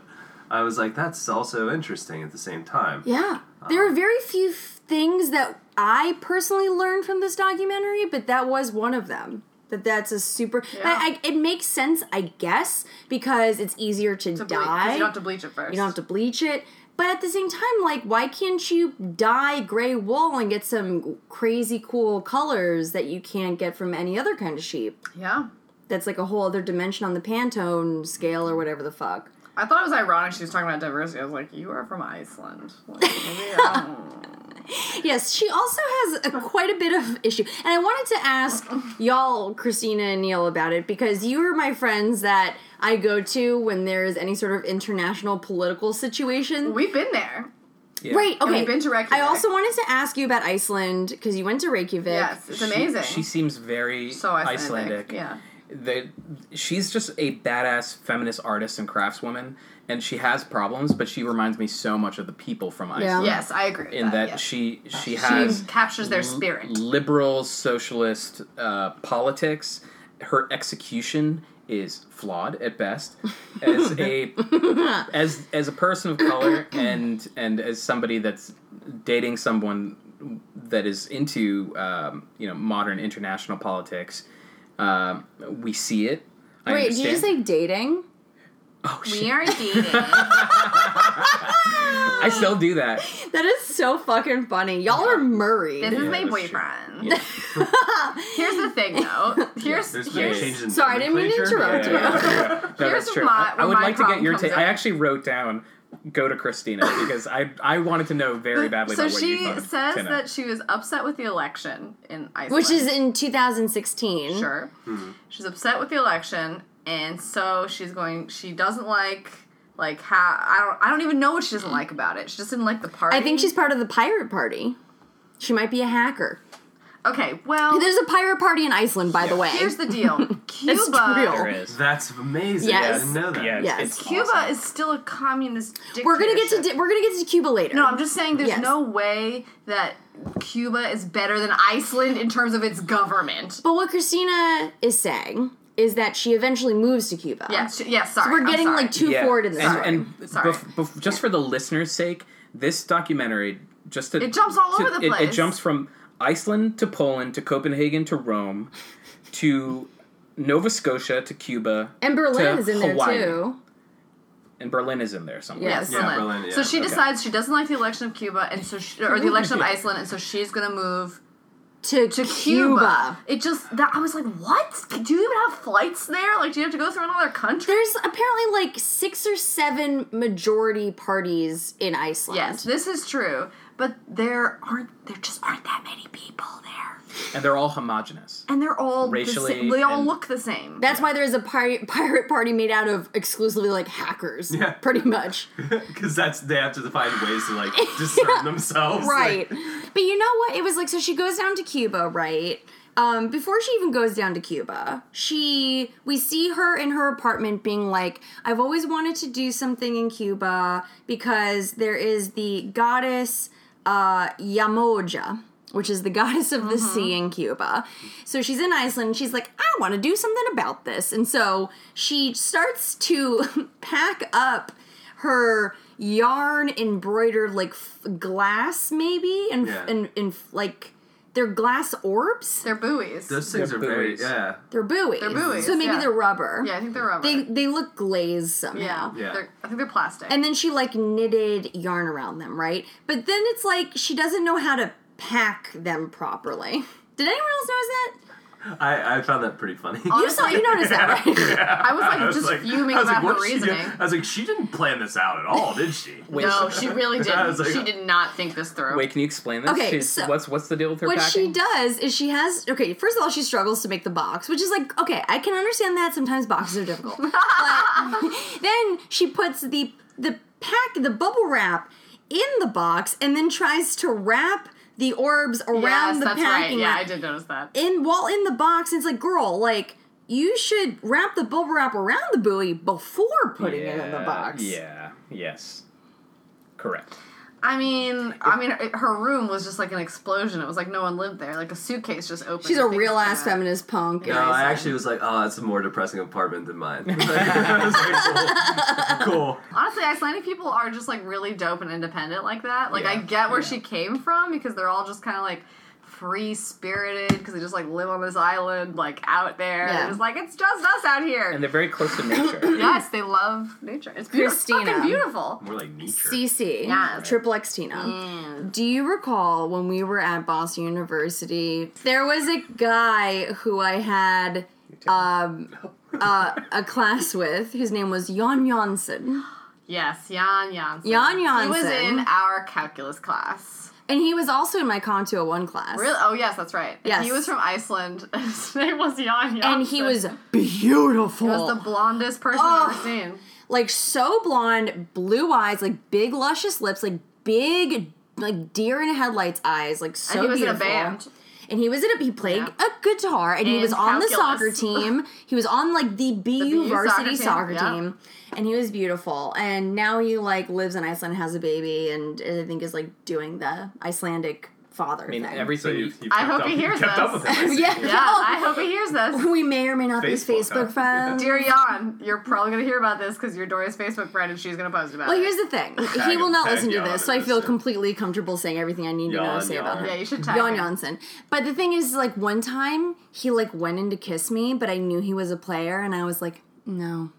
Speaker 5: I was like, that's also interesting at the same time.
Speaker 2: Yeah. There are very few f- things that I personally learned from this documentary, but that was one of them. That that's a super.
Speaker 3: Yeah.
Speaker 2: But I, it makes sense, I guess, because it's easier to,
Speaker 3: To bleach, 'cause
Speaker 2: dye.
Speaker 3: you don't have to bleach it first.
Speaker 2: You don't have to bleach it. But at the same time, like, why can't you dye gray wool and get some crazy cool colors that you can't get from any other kind of sheep?
Speaker 3: Yeah.
Speaker 2: that's like a whole other dimension on the Pantone scale or whatever the fuck.
Speaker 3: I thought it was ironic she was talking about diversity. I was like, you are from Iceland. Like, maybe I don't-
Speaker 2: Yes, she also has a, quite a bit of issue. And I wanted to ask y'all, Christina and Neil, about it because you are my friends that I go to when there is any sort of international political situation.
Speaker 3: We've been there.
Speaker 4: Yeah.
Speaker 2: Right, okay.
Speaker 3: we've been to Reykjavik.
Speaker 2: I also wanted to ask you about Iceland because you went to Reykjavik.
Speaker 3: Yes, it's
Speaker 4: She-
Speaker 3: amazing.
Speaker 4: She, seems very
Speaker 3: so Icelandic.
Speaker 4: Icelandic.
Speaker 3: Yeah.
Speaker 4: They, she's just a badass feminist artist and craftswoman, and she has problems, but she reminds me so much of the people from Iceland.
Speaker 3: Yes, I agree. With
Speaker 4: In that
Speaker 3: Uh, yes.
Speaker 4: she Mm-hmm. she has
Speaker 3: captures their
Speaker 4: l-
Speaker 3: spirit.
Speaker 4: liberal socialist uh, politics. Her execution is flawed at best. As a as as a person of color and and as somebody that's dating someone that is into um, you know modern international politics, um, we see it. I
Speaker 2: Wait, did you just
Speaker 4: understand.
Speaker 2: say dating?
Speaker 4: Oh
Speaker 3: we
Speaker 4: shit!
Speaker 3: are dating.
Speaker 4: I still do that.
Speaker 2: That is so fucking funny. Y'all are Murray.
Speaker 3: This is
Speaker 4: Yeah, that's
Speaker 3: my
Speaker 4: true.
Speaker 3: boyfriend.
Speaker 4: Yeah.
Speaker 3: Here's the thing, though. Here's
Speaker 5: There's been
Speaker 3: here's,
Speaker 5: a change in
Speaker 2: Sorry, I didn't mean to
Speaker 5: nomenclature.
Speaker 2: interrupt
Speaker 5: Yeah,
Speaker 2: you.
Speaker 5: yeah, yeah, yeah.
Speaker 4: No,
Speaker 3: Here's
Speaker 4: that's true.
Speaker 3: my-
Speaker 4: I, I
Speaker 3: where
Speaker 4: would
Speaker 3: my
Speaker 4: like to get
Speaker 3: problem
Speaker 4: your
Speaker 3: comes
Speaker 4: take. I
Speaker 3: in.
Speaker 4: actually wrote down go to Christina because I I wanted to know very badly
Speaker 3: so
Speaker 4: about what
Speaker 3: she
Speaker 4: you thought. of
Speaker 3: says
Speaker 4: Tina.
Speaker 3: that she was upset with the election in Iceland,
Speaker 2: Which is in 2016.
Speaker 3: sure.
Speaker 4: Hmm.
Speaker 3: She's upset with the election, and so she's going. She doesn't like like how I don't. I don't even know what she doesn't like about it. She just didn't like the party.
Speaker 2: I think she's part of the pirate party. She might be a hacker.
Speaker 3: okay. Well,
Speaker 2: There's a pirate party in Iceland, by the way.
Speaker 3: here's the deal. Cuba.
Speaker 4: there
Speaker 2: real.
Speaker 4: is.
Speaker 5: That's amazing.
Speaker 2: Yes.
Speaker 5: I didn't know that.
Speaker 4: Yeah,
Speaker 2: Yes.
Speaker 4: it's, it's
Speaker 3: Cuba
Speaker 4: awesome.
Speaker 3: is still a communist.
Speaker 2: we're gonna get to
Speaker 3: dictatorship.
Speaker 2: di- we're gonna get to Cuba later.
Speaker 3: No, I'm just saying there's
Speaker 2: Yes.
Speaker 3: no way that Cuba is better than Iceland in terms of its government.
Speaker 2: But what Christina is saying is that she eventually moves to Cuba.
Speaker 3: Yes, sh- yes, sorry.
Speaker 2: we're
Speaker 3: I'm
Speaker 2: getting
Speaker 3: sorry.
Speaker 2: like too forward in this.
Speaker 4: and,
Speaker 2: story.
Speaker 4: and
Speaker 3: Sorry.
Speaker 4: bef- bef- just for the listeners' sake, this documentary just to,
Speaker 3: It jumps all
Speaker 4: to-
Speaker 3: over the
Speaker 4: it- It,
Speaker 3: place.
Speaker 4: jumps from Iceland to Poland to Copenhagen to Rome to Nova Scotia to Cuba
Speaker 2: And Berlin
Speaker 4: to
Speaker 2: is in there
Speaker 4: Hawaii.
Speaker 2: too.
Speaker 4: and Berlin is in there somewhere.
Speaker 3: Yes,
Speaker 5: Yeah,
Speaker 3: Berlin.
Speaker 5: Berlin,
Speaker 3: so
Speaker 5: yeah,
Speaker 3: she
Speaker 5: okay.
Speaker 3: decides she doesn't like the election of Cuba, and so she, or the election of Iceland, and so she's gonna move
Speaker 2: To,
Speaker 3: to Cuba.
Speaker 2: Cuba.
Speaker 3: It just that I was like, what? Do you even have flights there? Like, do you have to go through another country?
Speaker 2: There's apparently like six or seven majority parties in Iceland.
Speaker 3: Yes, this is true, but there aren't there just aren't that many people there,
Speaker 4: and they're all homogenous.
Speaker 3: and they're all the
Speaker 4: Racially
Speaker 3: same. They all
Speaker 4: and-
Speaker 3: look the same.
Speaker 2: That's why there's a pir- pirate party made out of exclusively like hackers,
Speaker 5: Yeah.
Speaker 2: pretty much.
Speaker 5: Because that's they have to find ways to like discern themselves.
Speaker 2: right.
Speaker 5: Like,
Speaker 2: But you know what? It was like so she goes down to Cuba, right? Um, before she even goes down to Cuba, she we see her in her apartment being like, "I've always wanted to do something in Cuba because there is the goddess uh, Yamoja." Which is the goddess of the
Speaker 3: Mm-hmm.
Speaker 2: sea in Cuba. So she's in Iceland and she's like, I want to do something about this. And so she starts to pack up her yarn embroidered like f- glass maybe and
Speaker 5: Yeah.
Speaker 2: and, and like they're glass orbs
Speaker 3: they're buoys.
Speaker 5: those things
Speaker 4: They're
Speaker 5: are very
Speaker 4: buoys.
Speaker 5: yeah.
Speaker 2: they're buoys
Speaker 3: They're buoys,
Speaker 2: so maybe
Speaker 3: yeah.
Speaker 2: they're rubber
Speaker 3: yeah, I think they're rubber.
Speaker 2: they they look glazed somehow
Speaker 3: Yeah,
Speaker 5: Yeah.
Speaker 3: They're, I think they're plastic.
Speaker 2: and then she like knitted yarn around them right but then it's like she doesn't know how to pack them properly did anyone else notice that
Speaker 5: I, I found that pretty funny.
Speaker 2: you saw you noticed that right
Speaker 3: I was like just fuming
Speaker 5: I was
Speaker 3: about
Speaker 5: like,
Speaker 3: her
Speaker 5: what did she do?
Speaker 3: reasoning.
Speaker 5: I was like, she didn't plan this out at all, did she?
Speaker 3: No, she really
Speaker 5: I
Speaker 3: didn't.
Speaker 5: was like-
Speaker 3: she did not think this through.
Speaker 4: Wait, can you explain this?
Speaker 2: Okay,
Speaker 4: She's-
Speaker 2: so-
Speaker 4: what's what's the deal with her
Speaker 2: what
Speaker 4: packing?
Speaker 2: she does is she has okay first of all she struggles to make the box which is like okay i can understand that sometimes boxes are difficult but then she puts the the pack the bubble wrap in the box and then tries to wrap the orbs around
Speaker 3: yes,
Speaker 2: the
Speaker 3: that's right.
Speaker 2: packing
Speaker 3: Yeah, I
Speaker 2: wrap
Speaker 3: did notice that.
Speaker 2: in while in the box it's like girl like you should wrap the bubble wrap around the buoy before putting it in the
Speaker 4: Yeah,
Speaker 2: box
Speaker 4: Yeah. Yes. Correct.
Speaker 3: I mean, I mean, it- her room was just like an explosion. It was like no one lived there. Like a suitcase just opened.
Speaker 2: she's a
Speaker 3: and things
Speaker 2: real ass
Speaker 3: came out.
Speaker 2: feminist punk and
Speaker 5: No, I
Speaker 2: said-
Speaker 5: actually was like, oh, that's a more depressing apartment than mine. I was like, cool. cool.
Speaker 3: Honestly, Icelandic people are just like really dope and independent like that. Like I
Speaker 4: Yeah,
Speaker 3: get where
Speaker 4: yeah.
Speaker 3: she came from because they're all just kind of like free spirited because they just like live on this island like out there.
Speaker 2: Yeah.
Speaker 3: And it's like it's just us out here.
Speaker 4: And they're very close to nature.
Speaker 3: yes, they love nature. It's beautiful.
Speaker 2: Christina.
Speaker 3: Fucking beautiful.
Speaker 5: More like nature.
Speaker 2: CC.
Speaker 3: Yeah.
Speaker 2: Triple X Tina.
Speaker 3: Mm.
Speaker 2: Do you recall when we were at Boston University, there was a guy who I had um, a class with whose name was Jan Janssen.
Speaker 3: Yes, Jan Janssen.
Speaker 2: Jan
Speaker 3: He
Speaker 2: Janssen.
Speaker 3: was in our calculus class.
Speaker 2: and he was also in my Con 201 class.
Speaker 3: Really? Oh, yes, that's right.
Speaker 2: Yes.
Speaker 3: He was from Iceland. His name was Jan Janssen.
Speaker 2: And he was beautiful.
Speaker 3: He was the blondest person
Speaker 2: Oh.
Speaker 3: I've ever seen.
Speaker 2: like so blonde, blue eyes, like big luscious lips, like big like deer in headlights eyes, like so
Speaker 3: And he was in a
Speaker 2: beautiful.
Speaker 3: band.
Speaker 2: And he was in a he played
Speaker 3: Yeah.
Speaker 2: a guitar and, he
Speaker 3: And
Speaker 2: was on the soccer
Speaker 3: calculus.
Speaker 2: team. He was on like the BU,
Speaker 3: BU
Speaker 2: varsity soccer,
Speaker 3: soccer team,
Speaker 2: team,
Speaker 3: yeah.
Speaker 2: and he was beautiful. And now he like lives in Iceland, has a baby, and I think is like doing the Icelandic father
Speaker 4: I mean,
Speaker 2: thing.
Speaker 4: everything.
Speaker 5: you,
Speaker 4: you-
Speaker 5: you kept
Speaker 3: I hope
Speaker 5: up,
Speaker 3: he
Speaker 5: you
Speaker 3: hears
Speaker 5: kept up
Speaker 3: this.
Speaker 5: with him. I see.
Speaker 2: Yeah.
Speaker 3: Yeah, I hope he hears this.
Speaker 2: we may or may not be
Speaker 5: Facebook,
Speaker 2: Facebook
Speaker 5: huh?
Speaker 2: friends.
Speaker 3: Dear Jan, you're probably going to hear about this because you're Dory's Facebook friend and she's going to post about
Speaker 2: Well,
Speaker 3: it.
Speaker 2: Oh, here's the thing.
Speaker 5: Tag-
Speaker 2: He will not
Speaker 5: tag
Speaker 2: listen to
Speaker 5: Jan
Speaker 2: this,
Speaker 5: in
Speaker 2: so I
Speaker 5: this,
Speaker 2: feel
Speaker 5: yeah.
Speaker 2: completely comfortable saying everything I need to know
Speaker 5: Jan,
Speaker 2: to say about
Speaker 5: Jan.
Speaker 2: him.
Speaker 3: yeah, you should tag
Speaker 2: Jan
Speaker 3: him.
Speaker 2: Janssen. But the thing is, like one time he like went in to kiss me, but I knew he was a player, and I was like, no.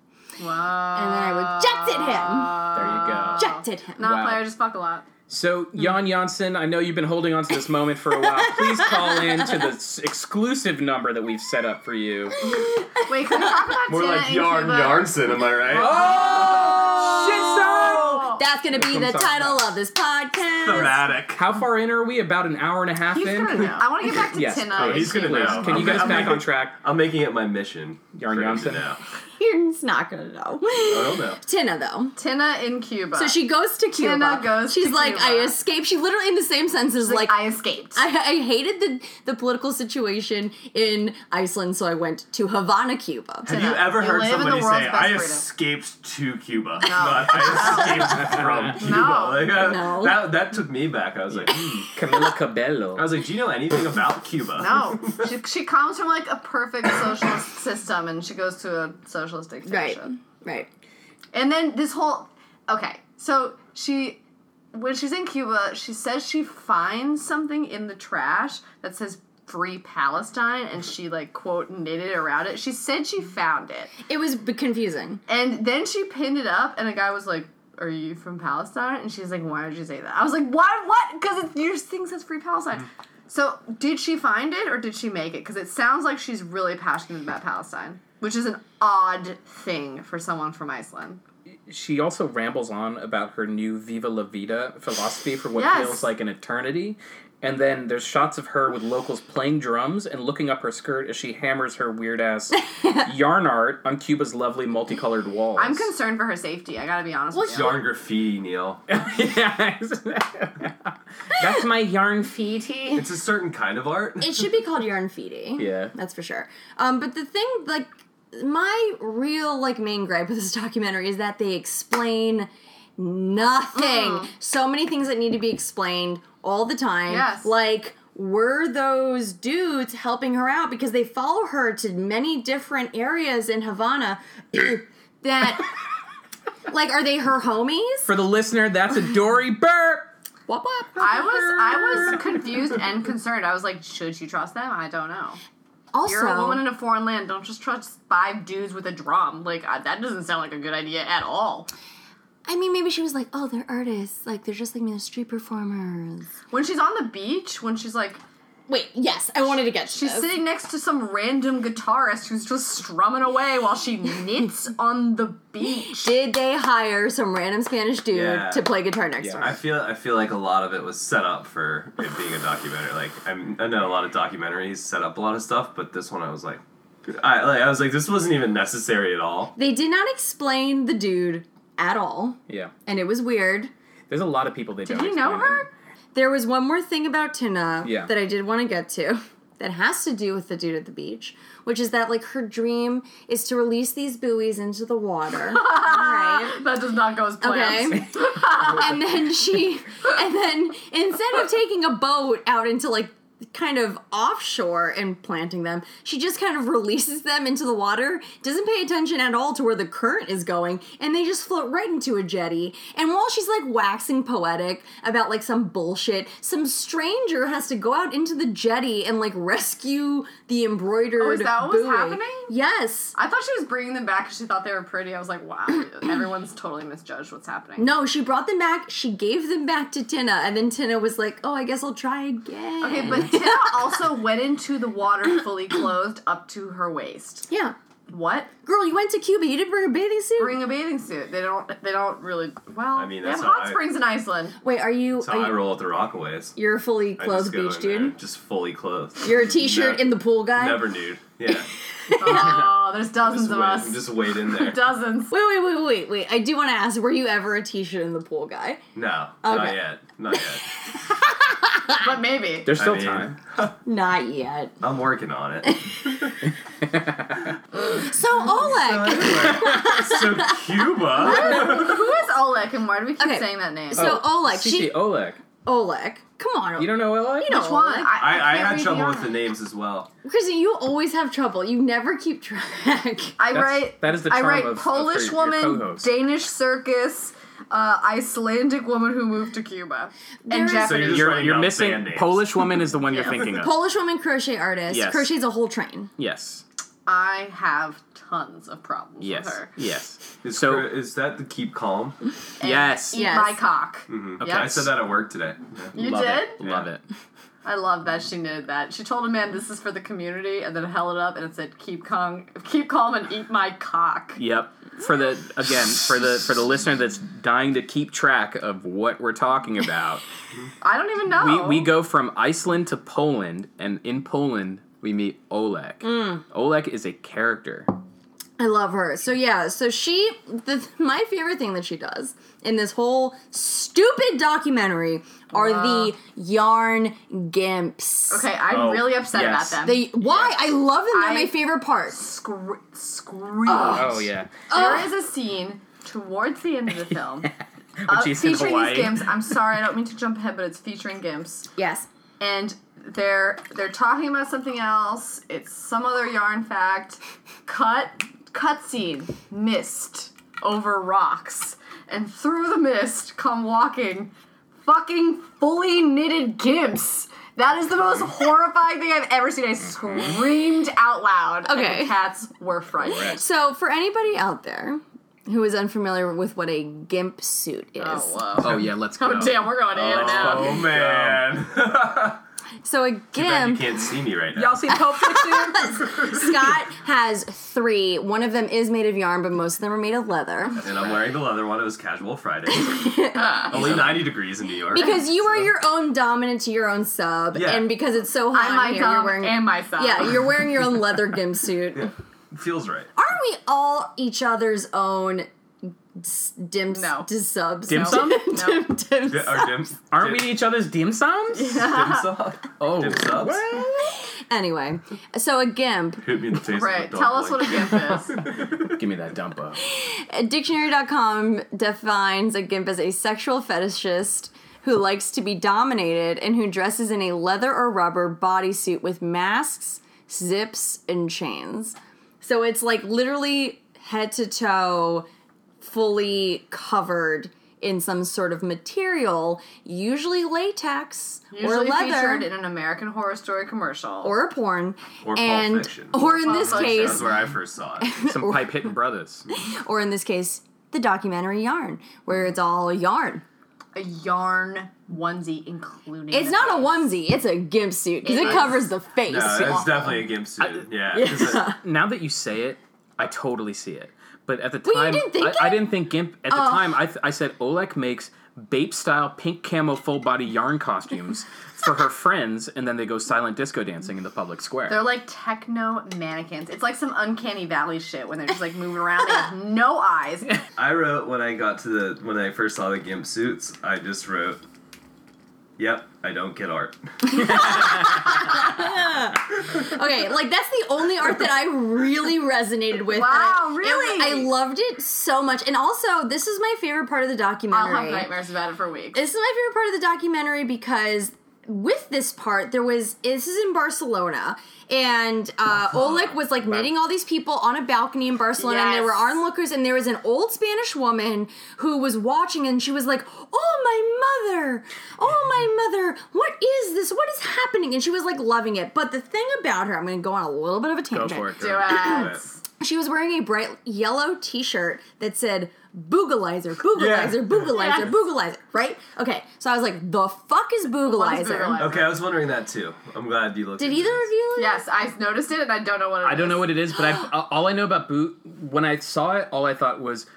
Speaker 3: Wow.
Speaker 2: And then I
Speaker 4: There you go.
Speaker 2: rejected him. Rejected him.
Speaker 3: Not
Speaker 4: Wow.
Speaker 3: player, just fuck a lot.
Speaker 4: So, Jan
Speaker 2: Mm-hmm.
Speaker 4: Janssen, I know you've been holding on to this moment for a while. Please call in to the s- exclusive number that we've set up for you.
Speaker 3: Wait, can we talk about
Speaker 5: More
Speaker 3: Tina
Speaker 5: like
Speaker 3: in
Speaker 5: Yarn
Speaker 3: Cuba?
Speaker 5: Yarnson, am I right?
Speaker 4: Oh, shit, son!
Speaker 3: Oh,
Speaker 2: That's gonna be
Speaker 4: That's what
Speaker 2: the
Speaker 4: I'm talking
Speaker 2: title
Speaker 4: about.
Speaker 2: of this podcast.
Speaker 5: Oh, Thematic.
Speaker 4: How far in are we? About an hour and a half
Speaker 3: he's
Speaker 4: in?
Speaker 3: gonna know. I want to get back to
Speaker 4: Yes,
Speaker 3: Tina.
Speaker 5: Oh, he's gonna
Speaker 4: Please,
Speaker 5: know.
Speaker 4: Can you get us
Speaker 5: I'm
Speaker 4: back
Speaker 5: making-
Speaker 4: on track?
Speaker 5: I'm making it my mission.
Speaker 4: Yarn
Speaker 5: for him
Speaker 4: Johnson.
Speaker 5: to know.
Speaker 2: You're just not gonna know.
Speaker 5: Oh, Uh, he'll know.
Speaker 2: Tina though.
Speaker 3: Tina in Cuba.
Speaker 2: So she goes to Cuba.
Speaker 3: Tina goes
Speaker 2: She's
Speaker 3: to
Speaker 2: like,
Speaker 3: Cuba.
Speaker 2: I escaped. She literally in the same sense as like,
Speaker 3: I escaped.
Speaker 2: I, I hated the, the political situation in Iceland, so I went to Havana, Cuba.
Speaker 5: Have
Speaker 3: Tina,
Speaker 5: you ever
Speaker 3: you
Speaker 5: heard
Speaker 3: live in
Speaker 5: somebody
Speaker 3: the world's
Speaker 5: say,
Speaker 3: best
Speaker 5: "I
Speaker 3: freedom."
Speaker 5: escaped to Cuba, not I escaped from Cuba"?
Speaker 3: No.
Speaker 5: Like, uh,
Speaker 2: No.
Speaker 5: That that took me back. I was like, hmm.
Speaker 4: Camila
Speaker 5: I
Speaker 4: Cabello.
Speaker 5: was like, do you know anything about Cuba?
Speaker 3: no, she, she comes from like a perfect socialist system, and she goes to a socialist
Speaker 2: Right.
Speaker 3: dictatorship.
Speaker 2: Right.
Speaker 3: And then this whole okay, so she when she's in Cuba, she says she finds something in the trash that says "Free Palestine," and she like quote knitted around it. She said she found it,
Speaker 2: It was b- confusing.
Speaker 3: and then she pinned it up, and a guy was like. Are you from Palestine? And she's like, Why did you say that? I was like, Why? What? Because your thing says Free Palestine. So, did she find it or did she make it? Because it sounds like she's really passionate about Palestine, which is an odd thing for someone from Iceland.
Speaker 4: She also rambles on about her new Viva La Vida philosophy for what
Speaker 3: Yes.
Speaker 4: feels like an eternity. And then there's shots of her with locals playing drums and looking up her skirt as she hammers her weird ass yarn art on Cuba's lovely multicolored walls.
Speaker 3: I'm concerned for her safety. I gotta be honest with you.
Speaker 5: Yarn graffiti, Neil.
Speaker 4: That's my yarn feety.
Speaker 5: It's a certain kind of art.
Speaker 2: It should be called Yarn Feedy.
Speaker 4: Yeah.
Speaker 2: That's for sure. Um, but the thing, like, my real, like, main gripe with this documentary is that they explain nothing.
Speaker 3: Mm.
Speaker 2: So many things that need to be explained all the time.
Speaker 3: Yes.
Speaker 2: Like, were those dudes helping her out? Because they follow her to many different areas in Havana that, like, are they her homies?
Speaker 4: For the listener, that's a Dory burp.
Speaker 2: Wop wop.
Speaker 3: I was I was confused and concerned. I was like, should you trust them? I don't know.
Speaker 2: Also,
Speaker 3: You're a woman in a foreign land. Don't just trust five dudes with a drum. Like I, that doesn't sound like a good idea at all.
Speaker 2: I mean, maybe she was like, oh, they're artists. Like, they're just like me, they're street performers.
Speaker 3: When she's on the beach, when she's like
Speaker 2: Wait, yes, I wanted to get to
Speaker 3: she's
Speaker 2: this.
Speaker 3: sitting next to some random guitarist who's just strumming away while she knits on the beach.
Speaker 2: Did they hire some random Spanish dude
Speaker 5: Yeah.
Speaker 2: to play guitar next to
Speaker 5: I
Speaker 2: her?
Speaker 5: feel I feel like a lot of it was set up for it being a documentary. Like I'm, I know a lot of documentaries set up a lot of stuff, but this one I was like, I like, I was like, this wasn't even necessary at all.
Speaker 2: They did not explain the dude at all,
Speaker 4: Yeah.
Speaker 2: and it was weird.
Speaker 4: There's a lot of people they
Speaker 3: Did
Speaker 4: don't
Speaker 3: you know
Speaker 4: explain.
Speaker 3: her?
Speaker 2: There was one more thing about Tina
Speaker 4: Yeah.
Speaker 2: that I did want to get to that has to do with the dude at the beach, which is that like her dream is to release these buoys into the water. right.
Speaker 3: That does not go as
Speaker 2: Okay.
Speaker 3: planned.
Speaker 2: and then she, and then instead of taking a boat out into like kind of offshore and planting them, she just kind of releases them into the water, doesn't pay attention at all to where the current is going, and they just float right into a jetty. And while she's like waxing poetic about like some bullshit, some stranger has to go out into the jetty and like rescue the embroidered.
Speaker 3: Oh, is that what was
Speaker 2: buoy.
Speaker 3: happening?
Speaker 2: Yes.
Speaker 3: I thought she was bringing them back because she thought they were pretty. I was like, wow, everyone's totally misjudged what's happening.
Speaker 2: No, she brought them back. She gave them back to Tina, and then Tina was like, "Oh, I guess I'll try again."
Speaker 3: Okay, but Tina also went into the water fully clothed up to her waist.
Speaker 2: Yeah.
Speaker 3: What?
Speaker 2: Girl, you went to Cuba. You didn't bring a bathing suit.
Speaker 3: Bring a bathing suit. They don't. They don't really. Well,
Speaker 5: I mean,
Speaker 3: they have
Speaker 5: that's
Speaker 3: hot
Speaker 5: how I-
Speaker 3: springs in Iceland.
Speaker 2: Wait, are you?
Speaker 5: So I
Speaker 2: Are you
Speaker 5: roll at the Rockaways.
Speaker 2: you're a fully
Speaker 5: I just
Speaker 2: clothed
Speaker 5: go
Speaker 2: beach
Speaker 5: in there,
Speaker 2: dude.
Speaker 5: Just fully clothed.
Speaker 2: You're a t-shirt
Speaker 5: Never-
Speaker 2: in the pool guy.
Speaker 5: Never nude. Yeah.
Speaker 3: Oh, there's dozens
Speaker 5: Just
Speaker 3: of
Speaker 5: wait,
Speaker 3: us.
Speaker 5: just wait in there.
Speaker 3: dozens.
Speaker 2: Wait, wait, wait, wait, wait. I do want to ask: Were you ever a t-shirt in the pool guy?
Speaker 5: No,
Speaker 2: Okay.
Speaker 5: not yet. Not yet.
Speaker 3: But maybe.
Speaker 4: There's still
Speaker 5: I mean-
Speaker 4: time.
Speaker 2: Not yet.
Speaker 5: I'm working on it.
Speaker 2: So Oleg.
Speaker 5: so Cuba.
Speaker 3: Who is Oleg and why do we keep
Speaker 2: Okay.
Speaker 3: saying that name?
Speaker 2: So-
Speaker 5: oh,
Speaker 2: Oleg,
Speaker 4: Cici
Speaker 2: she-
Speaker 4: Oleg.
Speaker 2: Oleg. Come on.
Speaker 4: You don't know Oleg?
Speaker 2: You know
Speaker 3: Which one?
Speaker 2: Oleg.
Speaker 5: I, I
Speaker 3: can't
Speaker 5: had
Speaker 3: read
Speaker 5: trouble with the
Speaker 3: beyond.
Speaker 5: names as well.
Speaker 2: Kristen, you always have trouble. You never keep track.
Speaker 3: I
Speaker 4: That's-
Speaker 3: write.
Speaker 4: that is the
Speaker 3: I
Speaker 4: charm
Speaker 3: write
Speaker 4: of- of
Speaker 3: Polish
Speaker 4: your- your
Speaker 3: woman,
Speaker 4: co-host.
Speaker 3: Danish circus, uh, Icelandic woman who moved to Cuba,
Speaker 2: There
Speaker 3: and
Speaker 2: is- So
Speaker 3: Japanese.
Speaker 5: you're-
Speaker 4: You're,
Speaker 5: writing
Speaker 4: you're
Speaker 5: down band
Speaker 4: missing
Speaker 5: names.
Speaker 4: Polish woman is the one
Speaker 3: Yes.
Speaker 4: you're thinking of.
Speaker 2: Polish woman crochet artist
Speaker 4: Yes.
Speaker 2: crochets a whole train.
Speaker 4: yes.
Speaker 3: I have tons of problems
Speaker 4: Yes.
Speaker 3: with her.
Speaker 4: Yes.
Speaker 5: Is,
Speaker 4: So-
Speaker 5: so, is that the keep calm?
Speaker 4: Yes.
Speaker 3: Eat
Speaker 2: Yes.
Speaker 3: my cock.
Speaker 4: Okay.
Speaker 5: I said that at work today. Yeah.
Speaker 3: You
Speaker 4: Love
Speaker 3: did?
Speaker 4: it. Love
Speaker 5: Yeah.
Speaker 4: it.
Speaker 3: I love that she knitted that. She told a man this is for the community, and then held it up and it said, "Keep calm, keep calm, and eat my cock."
Speaker 4: Yep. For the again, for the for the listener that's dying to keep track of what we're talking about.
Speaker 3: I don't even know.
Speaker 4: We we go from Iceland to Poland and in Poland we meet Oleg.
Speaker 3: Mm.
Speaker 4: Oleg is a character.
Speaker 2: I love her. So yeah, so she the my favorite thing that she does in this whole stupid documentary are the yarn gimps.
Speaker 3: Okay, I'm
Speaker 5: Oh,
Speaker 3: really upset
Speaker 4: yes.
Speaker 3: about them.
Speaker 2: They why? I love them. They're
Speaker 3: I-
Speaker 2: my favorite part.
Speaker 3: Scre- scream.
Speaker 4: Oh yeah.
Speaker 3: There is a scene towards the end of the film uh,
Speaker 4: she's in
Speaker 3: featuring
Speaker 4: Hawaii.
Speaker 3: these gimps. I'm sorry, I don't mean to jump ahead, but it's featuring gimps,
Speaker 2: Yes.
Speaker 3: and they're they're talking about something else. It's some other yarn fact. Cut cutscene mist over rocks, and through the mist come walking fucking fully knitted gimps. That is the most horrifying thing I've ever seen. I screamed out loud. and
Speaker 2: Okay.
Speaker 3: the cats were frightened.
Speaker 2: So for anybody out there who is unfamiliar with what a gimp suit is,
Speaker 3: Oh, whoa.
Speaker 4: Oh yeah, let's go.
Speaker 3: Oh, damn, we're going in now.
Speaker 5: Oh man.
Speaker 2: so a
Speaker 5: Man, you
Speaker 2: gimp
Speaker 5: can't see me right now.
Speaker 6: Y'all see Pulp Fiction?
Speaker 2: Scott has three. One of them is made of yarn, but most of them are made of leather.
Speaker 5: and I'm wearing the leather one. It was casual Friday. Only 90 degrees in New York.
Speaker 2: Because you are your own dominant to your own sub,
Speaker 5: Yeah.
Speaker 2: and because it's so hot
Speaker 3: I'm
Speaker 2: in
Speaker 3: my
Speaker 2: here, you're
Speaker 3: gum
Speaker 2: wearing
Speaker 3: and myself.
Speaker 2: yeah, you're wearing your own leather gimp suit.
Speaker 5: feels right.
Speaker 2: Aren't we all each other's own s- dim
Speaker 3: No.
Speaker 2: dis- subs?
Speaker 4: Dim sum?
Speaker 2: dim, dim
Speaker 5: Di-
Speaker 2: sub.
Speaker 5: Or dim,
Speaker 4: Aren't
Speaker 5: dim,
Speaker 4: we each other's dim sums?
Speaker 5: dim sum?
Speaker 4: Oh.
Speaker 5: Dim subs?
Speaker 2: Anyway, so a gimp,
Speaker 5: Hit me in the face. with
Speaker 3: Right,
Speaker 5: a
Speaker 3: tell us what
Speaker 5: dog
Speaker 3: a gimp is.
Speaker 4: Give me that dump up.
Speaker 2: dictionary.com defines a gimp as a sexual fetishist who likes to be dominated and who dresses in a leather or rubber bodysuit with masks, zips, and chains. So it's like literally head to toe, fully covered in some sort of material, usually latex or
Speaker 3: Usually
Speaker 2: leather.
Speaker 3: featured in an American Horror Story commercial.
Speaker 2: or a porn,
Speaker 5: Or Pulp
Speaker 2: and
Speaker 5: Fiction.
Speaker 2: or in
Speaker 3: Pulp
Speaker 2: this
Speaker 3: Fiction.
Speaker 5: That's
Speaker 2: case,
Speaker 5: where I first saw it.
Speaker 4: Some pipe hitting brothers.
Speaker 2: or in this case, the documentary yarn, where it's all yarn.
Speaker 3: a yarn onesie including.
Speaker 2: It's
Speaker 3: the
Speaker 2: not a
Speaker 3: face.
Speaker 2: onesie; it's a gimp suit because
Speaker 3: It
Speaker 2: it
Speaker 3: is.
Speaker 2: covers the face.
Speaker 5: No,
Speaker 3: awful.
Speaker 5: it's definitely a gimp suit. yeah. 'cause it-
Speaker 4: Now that you say it, I totally see it. But at the
Speaker 2: you
Speaker 4: time,
Speaker 2: didn't think
Speaker 4: I, I
Speaker 2: it?
Speaker 4: didn't think Gimp. At the time, I, th- I said Oleg makes Bape style pink camo full body yarn costumes for her friends, and then they go silent disco dancing in the public square.
Speaker 3: They're like techno mannequins. It's like some uncanny valley shit when they're just like moving around. They have no eyes.
Speaker 5: I wrote when I got to the when I first saw the gimp suits. I just wrote, "Yep, I don't get art."
Speaker 2: Okay, like that's the only art that I really resonated with. and I-
Speaker 3: Wow, really?
Speaker 2: I loved it so much, and also this is my favorite part of the
Speaker 3: I'll
Speaker 2: documentary.
Speaker 3: have nightmares about it for weeks.
Speaker 2: This is my favorite part of the documentary because with this part there was this is in Barcelona and uh, Oleg was like knitting all these people on a balcony in Barcelona and there were
Speaker 3: Yes.
Speaker 2: onlookers and there was an old Spanish woman who was watching and she was like oh my mother oh my mother what is this what is happening and she was like loving it but the thing about her I'm gonna go on a little bit of a
Speaker 4: go
Speaker 2: tangent
Speaker 4: for it,
Speaker 3: Do
Speaker 4: girl.
Speaker 3: it.
Speaker 2: She was wearing a bright yellow T-shirt that said "Boogalizer, Boogalizer, Boogalizer,
Speaker 3: Yes.
Speaker 2: Boogalizer." Right? Okay, so I was like, "The fuck is Boogalizer?"
Speaker 3: Boogalizer?
Speaker 5: Okay, I was wondering that too. I'm glad you looked.
Speaker 2: Did
Speaker 5: into
Speaker 2: either
Speaker 5: this.
Speaker 2: of you?
Speaker 3: Yes, I noticed it, and I don't know what. It
Speaker 4: I don't know what it is, but I all I know about Boo when I saw it, all I thought was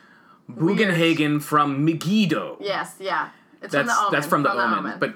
Speaker 4: Bugenhagen from Megiddo.
Speaker 3: Yes, yeah. It's
Speaker 4: that's
Speaker 3: from the omen.
Speaker 4: that's from the, omen, but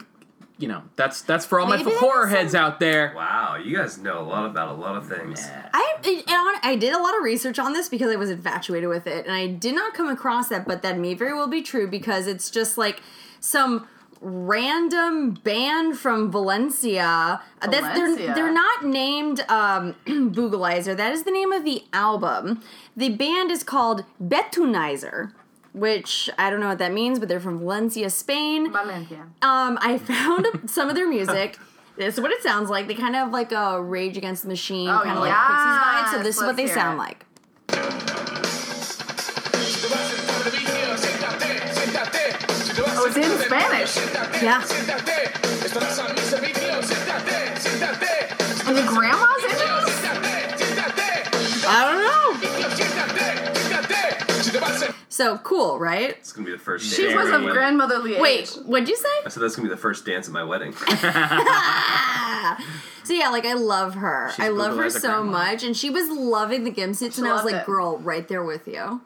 Speaker 4: you know that's that's for all
Speaker 2: Maybe
Speaker 4: my
Speaker 2: they
Speaker 4: horror
Speaker 2: have
Speaker 4: heads out there.
Speaker 5: Wow, you guys know a lot about a lot of things.
Speaker 2: I and on, I did a lot of research on this because I was infatuated with it, and I did not come across that, but that may very well be true because it's just like some random band from Valencia. Uh, That's, they're
Speaker 3: Valencia.
Speaker 2: they're not named um, Boogalizer. That is the name of the album. The band is called Betunizer, which I don't know what that means, but they're from Valencia, Spain.
Speaker 3: Valencia.
Speaker 2: Um, I found some of their music. This is what it sounds like. They kind of have like a Rage Against the Machine,
Speaker 3: Oh,
Speaker 2: kind of like Pixies vibe. So
Speaker 3: yes.
Speaker 2: this is what
Speaker 3: Let's
Speaker 2: they
Speaker 3: hear
Speaker 2: sound
Speaker 3: it.
Speaker 2: like.
Speaker 6: Oh,
Speaker 3: it's in Spanish.
Speaker 2: Yeah.
Speaker 3: And the grandma's in this?
Speaker 2: I don't know. So cool, right?
Speaker 5: It's gonna be the first.
Speaker 4: She
Speaker 5: dance
Speaker 3: It was of
Speaker 5: at my wedding.
Speaker 3: grandmotherly age.
Speaker 2: Wait, what'd you say?
Speaker 5: I said that's gonna be the first dance at my wedding.
Speaker 2: So yeah, like I love her.
Speaker 4: She's
Speaker 2: I love her
Speaker 4: Googleizer
Speaker 2: so
Speaker 4: grandma.
Speaker 2: much, and she was loving the Gimsits, and I was
Speaker 3: loved
Speaker 2: like,
Speaker 3: it.
Speaker 2: "Girl, right there with you."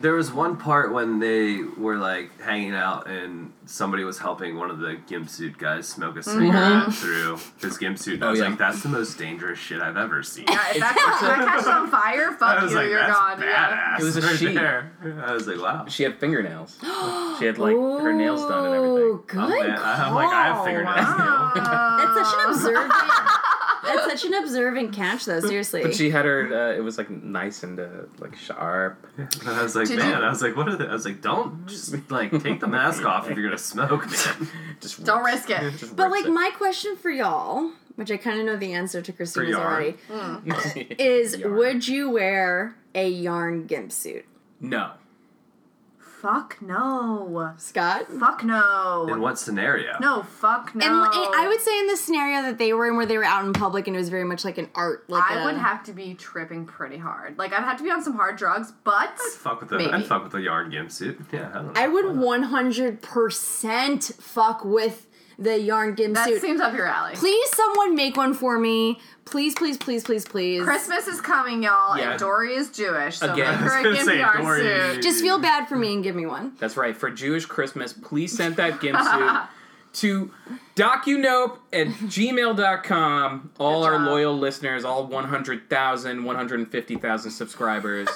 Speaker 5: There was one part when they were like hanging out and somebody was helping one of the gimp suit guys smoke a cigarette
Speaker 3: Mm-hmm.
Speaker 5: through his gimp suit. And I
Speaker 4: Oh,
Speaker 5: was
Speaker 4: yeah.
Speaker 5: like, that's the most dangerous shit I've ever seen.
Speaker 3: Yeah, if that, if that catches on fire, fuck
Speaker 5: I
Speaker 3: you,
Speaker 5: was like,
Speaker 3: you're
Speaker 5: that's
Speaker 3: gone.
Speaker 5: badass.
Speaker 3: Yeah.
Speaker 4: It was a
Speaker 5: right
Speaker 4: she.
Speaker 5: there. I was like, wow.
Speaker 4: She had fingernails. she had like her nails done and everything. Oh,
Speaker 2: Ooh, Good.
Speaker 5: I'm, mad. I'm like, Oh, I have
Speaker 2: call.
Speaker 5: fingernails.
Speaker 3: Ah.
Speaker 2: That's such an observant. that's such an observant catch, though. Seriously.
Speaker 4: But she had her. Uh, it was like nice and uh, like sharp.
Speaker 5: And I was like,
Speaker 3: Did
Speaker 5: man,
Speaker 3: you-
Speaker 5: I was like, what are they? I was like, don't just like take the mask off if you're gonna smoke, man.
Speaker 4: Just
Speaker 3: Don't
Speaker 4: rips-
Speaker 3: risk it.
Speaker 4: just
Speaker 2: But
Speaker 4: rips
Speaker 2: like my question for y'all, which I kind of know the answer to Christina's
Speaker 5: yarn.
Speaker 2: already,
Speaker 4: it.
Speaker 2: is
Speaker 4: Yarn.
Speaker 2: would you wear a yarn gimp suit,
Speaker 4: no.
Speaker 3: Fuck no.
Speaker 2: Scott?
Speaker 3: Fuck
Speaker 5: In
Speaker 3: no.
Speaker 5: what scenario?
Speaker 3: No, fuck no.
Speaker 2: And l- I I would say in the scenario that they were in, where they were out in public and it was very much like an art. Like uh,
Speaker 3: I
Speaker 2: a-
Speaker 3: would have to be tripping pretty hard. Like I'd have to be on some hard drugs, but
Speaker 5: Fuck with the
Speaker 3: Maybe.
Speaker 5: I'd fuck with the yarn gimp suit. Yeah, I don't know.
Speaker 2: I would one hundred percent fuck with the yarn gimp
Speaker 3: that
Speaker 2: suit.
Speaker 3: seems up your alley.
Speaker 2: please, someone make one for me. Please, please, please, please, please.
Speaker 3: Christmas is coming, y'all,
Speaker 4: Yeah.
Speaker 3: and Dory is Jewish, so
Speaker 4: Again.
Speaker 3: make
Speaker 4: I was
Speaker 3: her a
Speaker 5: gonna
Speaker 3: gimp
Speaker 5: say,
Speaker 3: yarn
Speaker 5: Dory.
Speaker 3: suit.
Speaker 2: Just feel bad for me and give me one.
Speaker 4: That's right. For Jewish Christmas, please send that gimp suit to docunope at gmail.com. All
Speaker 3: Good
Speaker 4: our
Speaker 3: job.
Speaker 4: loyal listeners, all 100,000, 150,000 subscribers.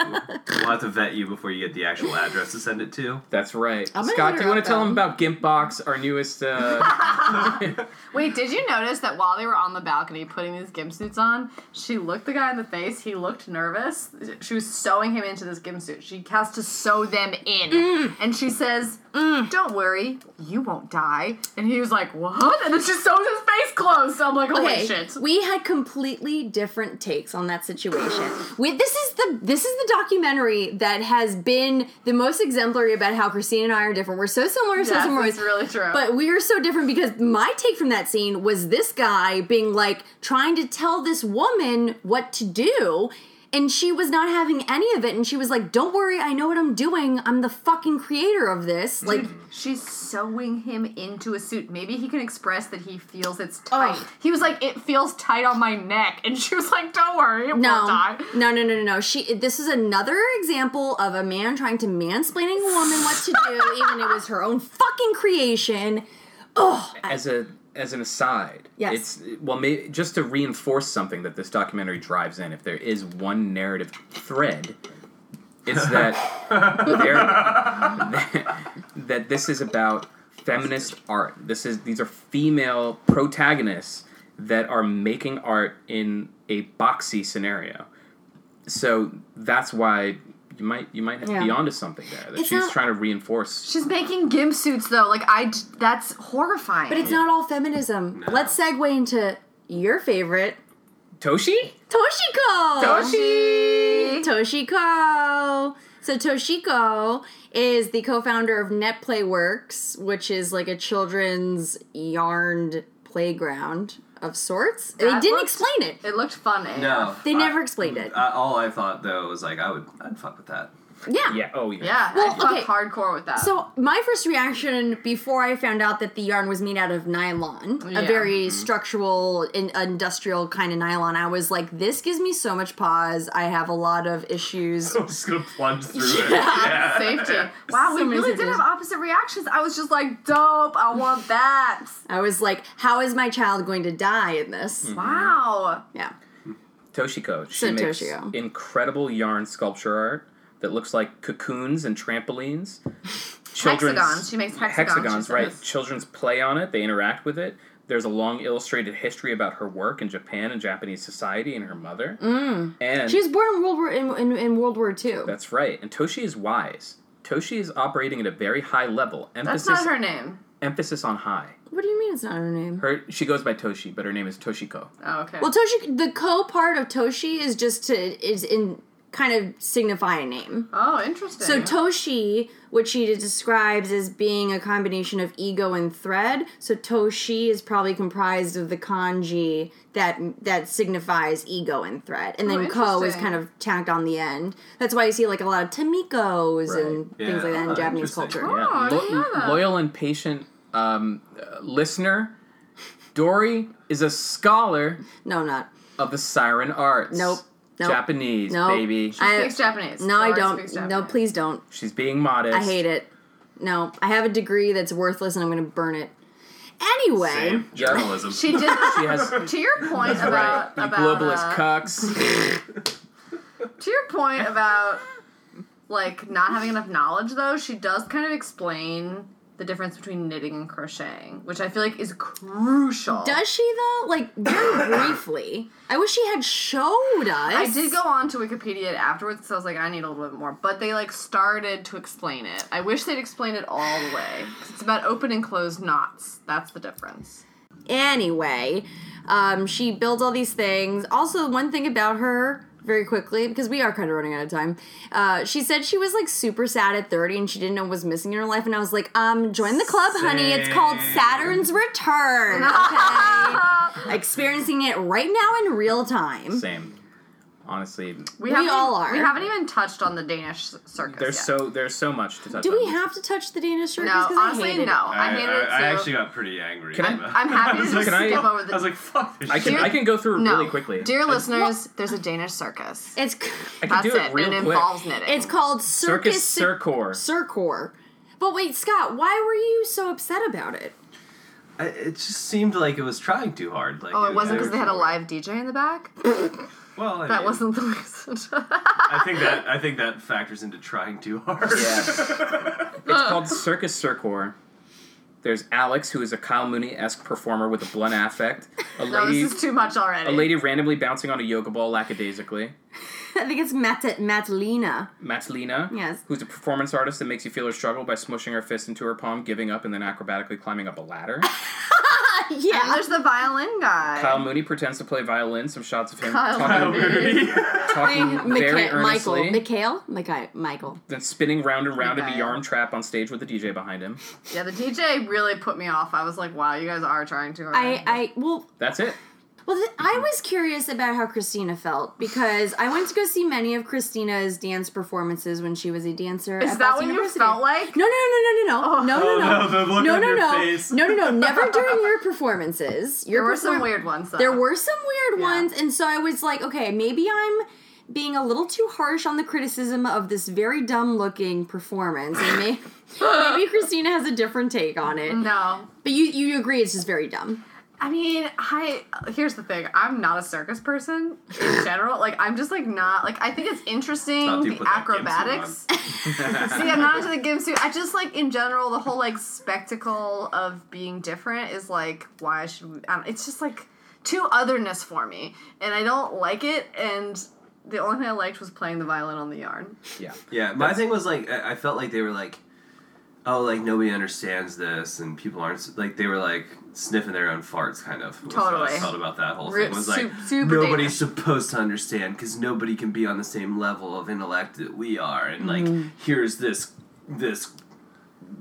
Speaker 5: We'll have to vet you before you get the actual address to send it to.
Speaker 4: That's right.
Speaker 2: I'm gonna
Speaker 4: Scott,
Speaker 2: hit
Speaker 4: do
Speaker 2: her
Speaker 4: you want
Speaker 2: up,
Speaker 4: to tell
Speaker 2: though.
Speaker 4: them about Gimp Box, our newest? Uh,
Speaker 3: Wait, did you notice that while they were on the balcony putting these gimp suits on, she looked the guy in the face. He looked nervous. She was sewing him into this gimp suit. She has to sew them in,
Speaker 2: Mm.
Speaker 3: and she says, "Don't worry, you won't die." And he was like, "What?" And then she sews his face closed. So I'm like, "Holy
Speaker 2: Okay,
Speaker 3: shit!"
Speaker 2: we had completely different takes on that situation. we, this is the this is the documentary that has been the most exemplary about how Christine and I are different. We're so similar, so
Speaker 3: Yes,
Speaker 2: similar.
Speaker 3: it's really true.
Speaker 2: But we are so different because my take from that scene was this guy being like trying to tell this woman what to do. And she was not having any of it. And she was like, Don't worry, I know what I'm doing. I'm the fucking creator of this. Like,
Speaker 3: She's sewing him into a suit. Maybe he can express that he feels it's
Speaker 2: Oh.
Speaker 3: tight. He was like, "It feels tight on my neck," and she was like, "Don't worry, it won't
Speaker 2: No,
Speaker 3: die."
Speaker 2: no, no, no, no, no. She. This is another example of a man trying to mansplaining a woman what to do, even it was her own fucking creation. Ugh.
Speaker 4: as a as an aside
Speaker 2: Yes.
Speaker 4: it's well may, just to reinforce something that this documentary drives in if there is one narrative thread it's that there- that this is about feminist art this is these are female protagonists that are making art in a boxy scenario so that's why you might you might
Speaker 2: Yeah.
Speaker 4: be onto something there that
Speaker 2: It's
Speaker 4: she's
Speaker 2: not-
Speaker 4: trying to reinforce
Speaker 3: She's making gimp suits though. Like I, j- that's horrifying.
Speaker 2: But it's not all feminism. Let's segue into your favorite,
Speaker 4: Toshi
Speaker 2: Toshiko.
Speaker 3: Toshi.
Speaker 2: Toshiko. So Toshiko is the co-founder of Netplay Works, which is like a children's yarned playground. of sorts.
Speaker 3: That
Speaker 2: they didn't
Speaker 3: looked-
Speaker 2: explain it.
Speaker 3: It looked fun. AF.
Speaker 5: No,
Speaker 2: They
Speaker 5: I-
Speaker 2: never explained it.
Speaker 5: I, all I thought though was like I would I'd fuck with that.
Speaker 2: yeah.
Speaker 4: Yeah. Oh
Speaker 3: Yeah.
Speaker 2: Well,
Speaker 3: I fucked
Speaker 2: okay.
Speaker 3: hardcore with that.
Speaker 2: So my first reaction before I found out that the yarn was made out of nylon, a
Speaker 3: Yeah.
Speaker 2: very structural, in, industrial kind of nylon, I was like, "This gives me so much pause. I have a lot of issues."
Speaker 5: I'm just gonna plunge through it.
Speaker 3: uh, safety. Wow, we
Speaker 2: So many
Speaker 3: really did
Speaker 2: safeties.
Speaker 3: have opposite reactions. I was just like, dope. I want that.
Speaker 2: I was like, "How is my child going to die in this?"
Speaker 3: Hmm. Wow.
Speaker 2: Yeah,
Speaker 4: Toshiko. She
Speaker 2: So
Speaker 4: makes
Speaker 2: Toshiko.
Speaker 4: incredible yarn sculpture art that looks like cocoons and trampolines. Children's
Speaker 3: Hexagons. She makes hexagons, she
Speaker 4: Hexagons,
Speaker 3: said
Speaker 4: right?
Speaker 3: this.
Speaker 4: Children's play on it. They interact with it. There's a long illustrated history about her work in Japan and Japanese society and her mother.
Speaker 3: Mm.
Speaker 4: And
Speaker 2: she was born in World War in, in, in World War II.
Speaker 4: that's right. And Toshi is wise. Toshi is operating at a very high level.
Speaker 3: That's
Speaker 4: Emphasis
Speaker 3: not her name.
Speaker 4: emphasis on high.
Speaker 2: What do you mean it's not her name?
Speaker 4: Her she goes by Toshi, but her name is Toshiko.
Speaker 3: Oh, okay.
Speaker 2: Well, Toshi, the co part of Toshi is just to is in kind of signify a name.
Speaker 3: oh, interesting.
Speaker 2: So Toshi, which she describes as being a combination of ego and thread. So Toshi is probably comprised of the kanji that that signifies ego and thread,
Speaker 5: Oh,
Speaker 2: and then ko is
Speaker 3: interesting.
Speaker 2: kind of tacked on the end. That's why you see like a lot of tamikos and
Speaker 5: Right.
Speaker 2: things like that in
Speaker 5: Yeah, uh,
Speaker 2: Japanese
Speaker 5: interesting.
Speaker 2: culture.
Speaker 4: Yeah.
Speaker 3: I didn't know that.
Speaker 4: Loyal and patient um, uh, listener. Dory is a scholar
Speaker 2: No, I'm not.
Speaker 4: of the siren arts.
Speaker 2: Nope. Nope.
Speaker 4: Japanese,
Speaker 2: No,
Speaker 4: baby.
Speaker 2: I-
Speaker 3: speaks Japanese.
Speaker 2: No, I
Speaker 3: Laura speaks
Speaker 2: don't. No,
Speaker 3: Japanese.
Speaker 2: please don't.
Speaker 4: She's being modest.
Speaker 2: I hate it. No, I have a degree that's worthless, and I'm going to burn it. Anyway.
Speaker 5: Same. Journalism.
Speaker 3: She did.
Speaker 4: She has
Speaker 3: to your point
Speaker 4: right,
Speaker 3: about
Speaker 4: you
Speaker 3: about
Speaker 4: globalist
Speaker 3: uh,
Speaker 4: cucks.
Speaker 3: to your point about like not having enough knowledge though she does kind of explain the difference between knitting and crocheting which i feel like is crucial
Speaker 2: Does she though? Like very briefly. I wish she had showed us.
Speaker 3: i did go on to wikipedia afterwards because i was like i need a little bit more but they like started to explain it i wish they'd explain it all the way 'Cause it's about open and closed knots that's the difference
Speaker 2: Anyway, um, she builds all these things. Also, one thing about her very quickly because we are kind of running out of time. Uh, she said she was like super sad at 30 and she didn't know what was missing in her life and I was like, "Um, join the club, honey. It's called Saturn's return." Okay. Experiencing it right now in real time.
Speaker 4: Same. Honestly,
Speaker 3: we,
Speaker 2: all
Speaker 3: even- we
Speaker 2: are.
Speaker 3: haven't even touched on the danish circus
Speaker 4: there's
Speaker 3: yet.
Speaker 4: so there's so much to touch
Speaker 2: Do
Speaker 4: on.
Speaker 2: we have to touch the Danish circus?
Speaker 3: no
Speaker 2: 'Cause I hate
Speaker 3: honestly
Speaker 2: it.
Speaker 3: no i, hate it too.
Speaker 5: I actually got pretty angry.
Speaker 4: Can I-
Speaker 5: about-
Speaker 3: I'm happy
Speaker 5: I was
Speaker 3: to
Speaker 5: like,
Speaker 4: just
Speaker 5: I-
Speaker 4: skip
Speaker 3: over the-
Speaker 5: I was like, fuck this
Speaker 4: I
Speaker 5: shit.
Speaker 4: can I can go through it
Speaker 3: no.
Speaker 4: really quickly.
Speaker 3: Dear listeners, there's a Danish circus.
Speaker 2: It's
Speaker 4: I can
Speaker 3: That's
Speaker 4: do
Speaker 3: it,
Speaker 4: it real
Speaker 3: and it
Speaker 4: quick.
Speaker 3: involves knitting.
Speaker 2: It's called Circus
Speaker 4: Circus
Speaker 2: Cir-
Speaker 4: Circor.
Speaker 2: Circor. But wait, Scott, why were you so upset about it?
Speaker 5: I- it just seemed like it was trying too hard. Like,
Speaker 3: Oh, it wasn't
Speaker 5: was-
Speaker 3: because they had a live DJ in the back.
Speaker 5: Well, I
Speaker 3: That
Speaker 5: mean,
Speaker 3: wasn't the reason.
Speaker 5: I think that I think that factors into trying too hard.
Speaker 4: Yeah. it's called Circus Circor. There's Alex, who is a Kyle Mooney esque performer with a blunt affect. A
Speaker 3: no,
Speaker 4: lady,
Speaker 3: this is too much already.
Speaker 4: a lady randomly bouncing on a yoga ball lackadaisically.
Speaker 2: I think it's Mat- Matlina.
Speaker 4: Matlina,
Speaker 2: Yes.
Speaker 4: who's a performance artist that makes you feel her struggle by smushing her fist into her palm, giving up, and then acrobatically climbing up a ladder.
Speaker 3: And
Speaker 2: Yeah.
Speaker 3: there's the violin guy.
Speaker 4: Kyle Mooney pretends to play violin. Some shots of him
Speaker 3: Kyle
Speaker 4: talking, talking very
Speaker 2: Michael,
Speaker 4: earnestly,
Speaker 2: Michael, Michael, Michael.
Speaker 4: then spinning round and round into
Speaker 3: Mikhail.
Speaker 4: yarn trap on stage with the DJ behind him.
Speaker 3: Yeah, the DJ really put me off. I was like, wow, you guys are trying too hard.
Speaker 2: I, I, well,
Speaker 4: That's it.
Speaker 2: well, th- I was curious about how Christina felt because I went to go see many of Christina's dance performances when she was a dancer.
Speaker 3: is
Speaker 2: at
Speaker 3: that
Speaker 2: Boston
Speaker 3: what you
Speaker 2: University.
Speaker 3: felt like?
Speaker 2: No, no, no, no, no, no, no, no, no,
Speaker 5: Oh, no, the look
Speaker 2: no,
Speaker 5: on
Speaker 2: no,
Speaker 5: your
Speaker 2: no,
Speaker 5: face.
Speaker 2: no, no, no, never during your performances. Your
Speaker 3: There were some
Speaker 2: perform-
Speaker 3: weird ones. Though.
Speaker 2: There were some weird
Speaker 3: Yeah.
Speaker 2: ones, and so I was like, okay, maybe I'm being a little too harsh on the criticism of this very dumb looking performance, and may- maybe Christina has a different take on
Speaker 3: Mm-hmm.
Speaker 2: it.
Speaker 3: No,
Speaker 2: But you you agree it's just very dumb.
Speaker 3: I mean, I here's the thing. I'm not a circus person in general. Like, I'm just like not like I think it's interesting
Speaker 5: Not to
Speaker 3: the
Speaker 5: put that gimp suit
Speaker 3: acrobatics. See, I'm not into the gimsuit. I just like in general the whole like spectacle of being different is like why should we? I don't, it's just like too otherness for me, and I don't like it. And the only thing I liked was playing the violin on the yarn.
Speaker 4: Yeah.
Speaker 5: Yeah, my thing was like I I felt like they were like, oh, like nobody understands this, and people aren't s- like they were like sniffing their own farts, kind of. was what
Speaker 3: Totally.
Speaker 5: I felt about that whole
Speaker 3: Re-
Speaker 5: thing was
Speaker 3: su-
Speaker 5: like
Speaker 3: super
Speaker 5: nobody's supposed to understand because nobody can
Speaker 3: Mm-hmm.
Speaker 5: be on the same level of intellect that we are, and like here's this this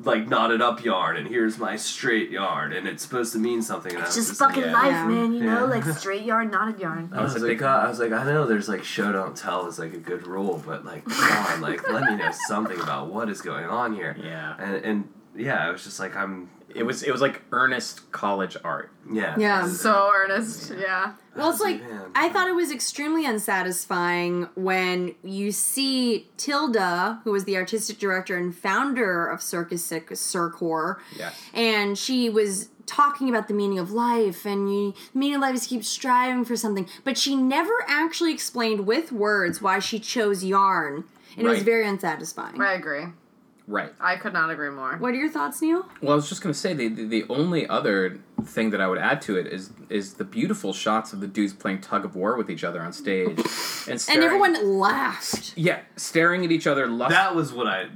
Speaker 5: like knotted up yarn and here's my straight yarn and it's supposed to mean something. And I was
Speaker 3: It's just fucking
Speaker 5: like,
Speaker 3: life,
Speaker 2: Yeah.
Speaker 3: man. You know,
Speaker 5: Yeah.
Speaker 3: like straight yarn, knotted yarn.
Speaker 5: I was like, God, I was like, I know there's like show don't tell is like a good rule, but like, come on, like let me know something about what is going on here.
Speaker 4: Yeah.
Speaker 5: And and yeah, I was just like, I'm
Speaker 4: It was it was like earnest college art.
Speaker 5: yeah.
Speaker 2: Yeah.
Speaker 3: So earnest, yeah.
Speaker 2: Well, it's like
Speaker 5: Man.
Speaker 2: I thought it was extremely unsatisfying when you see Tilda, who was the artistic director and founder of Circus Circ- Circor,
Speaker 4: Yes.
Speaker 2: and she was talking about the meaning of life and you, the meaning of life is keep striving for something, but she never actually explained with words why she chose yarn, and it was
Speaker 4: Right.
Speaker 2: very unsatisfying.
Speaker 3: I agree.
Speaker 4: Right.
Speaker 3: I could not agree more.
Speaker 2: What are your thoughts, Neil?
Speaker 4: Well, I was just gonna say the, the the only other thing that I would add to it is is the beautiful shots of the dudes playing tug of war with each other on stage, and staring,
Speaker 2: And everyone laughed.
Speaker 4: yeah, staring at each other. Lust-
Speaker 5: That was what I.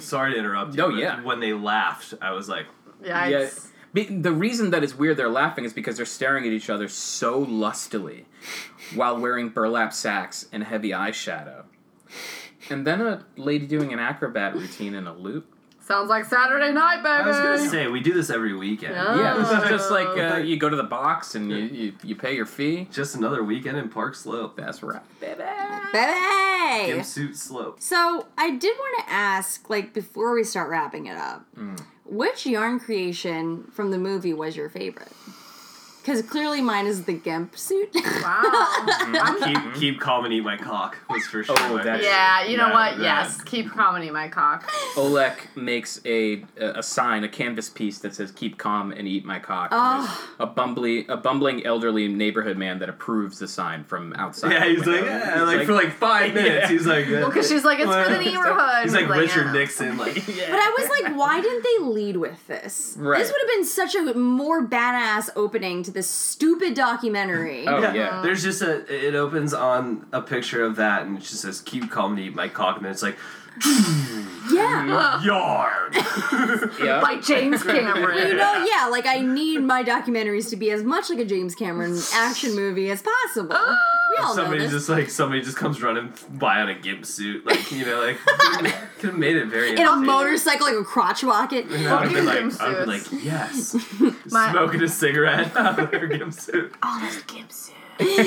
Speaker 5: Sorry to interrupt. you,
Speaker 4: No,
Speaker 5: but
Speaker 4: Oh, yeah.
Speaker 5: When they laughed, I was like,
Speaker 3: Yikes.
Speaker 4: yeah. Be- The reason that it's weird they're laughing is because they're staring at each other so lustily while wearing burlap sacks and heavy eyeshadow. And then a lady doing an acrobat routine in a loop.
Speaker 3: Sounds like Saturday night, baby.
Speaker 5: I was gonna say we do this every weekend.
Speaker 4: Yeah, this is just like
Speaker 3: Oh.
Speaker 4: uh, you go to the box and you, you, you pay your fee.
Speaker 5: Just another weekend in Park Slope,
Speaker 4: That's right.
Speaker 2: Bye.
Speaker 5: Gimsuit Slope.
Speaker 2: So I did want to ask, like, before we start wrapping it up, which yarn creation from the movie was your favorite? Because clearly mine is the Gimp suit.
Speaker 3: Wow.
Speaker 5: keep keep calm and eat my cock was for sure.
Speaker 4: Oh,
Speaker 5: my
Speaker 4: that's-
Speaker 3: yeah, you know
Speaker 5: Yeah,
Speaker 3: what?
Speaker 5: that-
Speaker 3: Yes, keep comedy, my cock.
Speaker 4: Olek makes a a sign, a canvas piece that says "Keep calm and eat my cock." And there's
Speaker 2: Ah.
Speaker 4: A bumbly, a bumbling elderly neighborhood man that approves the sign from outside.
Speaker 5: Yeah,
Speaker 4: the
Speaker 5: he's like,
Speaker 4: window.
Speaker 5: yeah,
Speaker 4: He's
Speaker 5: like, for like five minutes, he's like,
Speaker 3: Well, because she's like, it's for the neighborhood.
Speaker 5: He's like Richard
Speaker 3: yeah.
Speaker 5: Nixon, like
Speaker 2: But I was like, why didn't they lead with this?
Speaker 4: Right.
Speaker 2: This would have been such a more badass opening to this stupid documentary.
Speaker 4: Oh yeah,
Speaker 5: Yeah. There's just a. It opens on a picture of that, and it just says "Keep calm and eat my cock," and then it's like
Speaker 2: Yeah.
Speaker 5: Mm. yarn.
Speaker 4: yeah.
Speaker 3: Like James Cameron.
Speaker 2: You know, yeah, like I need my documentaries to be as much like a James Cameron action movie as possible. We all know
Speaker 5: somebody
Speaker 2: this.
Speaker 5: just like somebody just comes running by on a gimp suit, like you know, like could have made it very.
Speaker 2: In a
Speaker 5: entertaining.
Speaker 2: motorcycle, like a crotch rocket.
Speaker 5: I would have
Speaker 3: Fucking
Speaker 5: been
Speaker 3: gimp
Speaker 5: like, I would been
Speaker 3: suits.
Speaker 5: like, yes,
Speaker 3: My-
Speaker 5: smoking a cigarette out of their gimp suit.
Speaker 3: Oh, that's Gibson.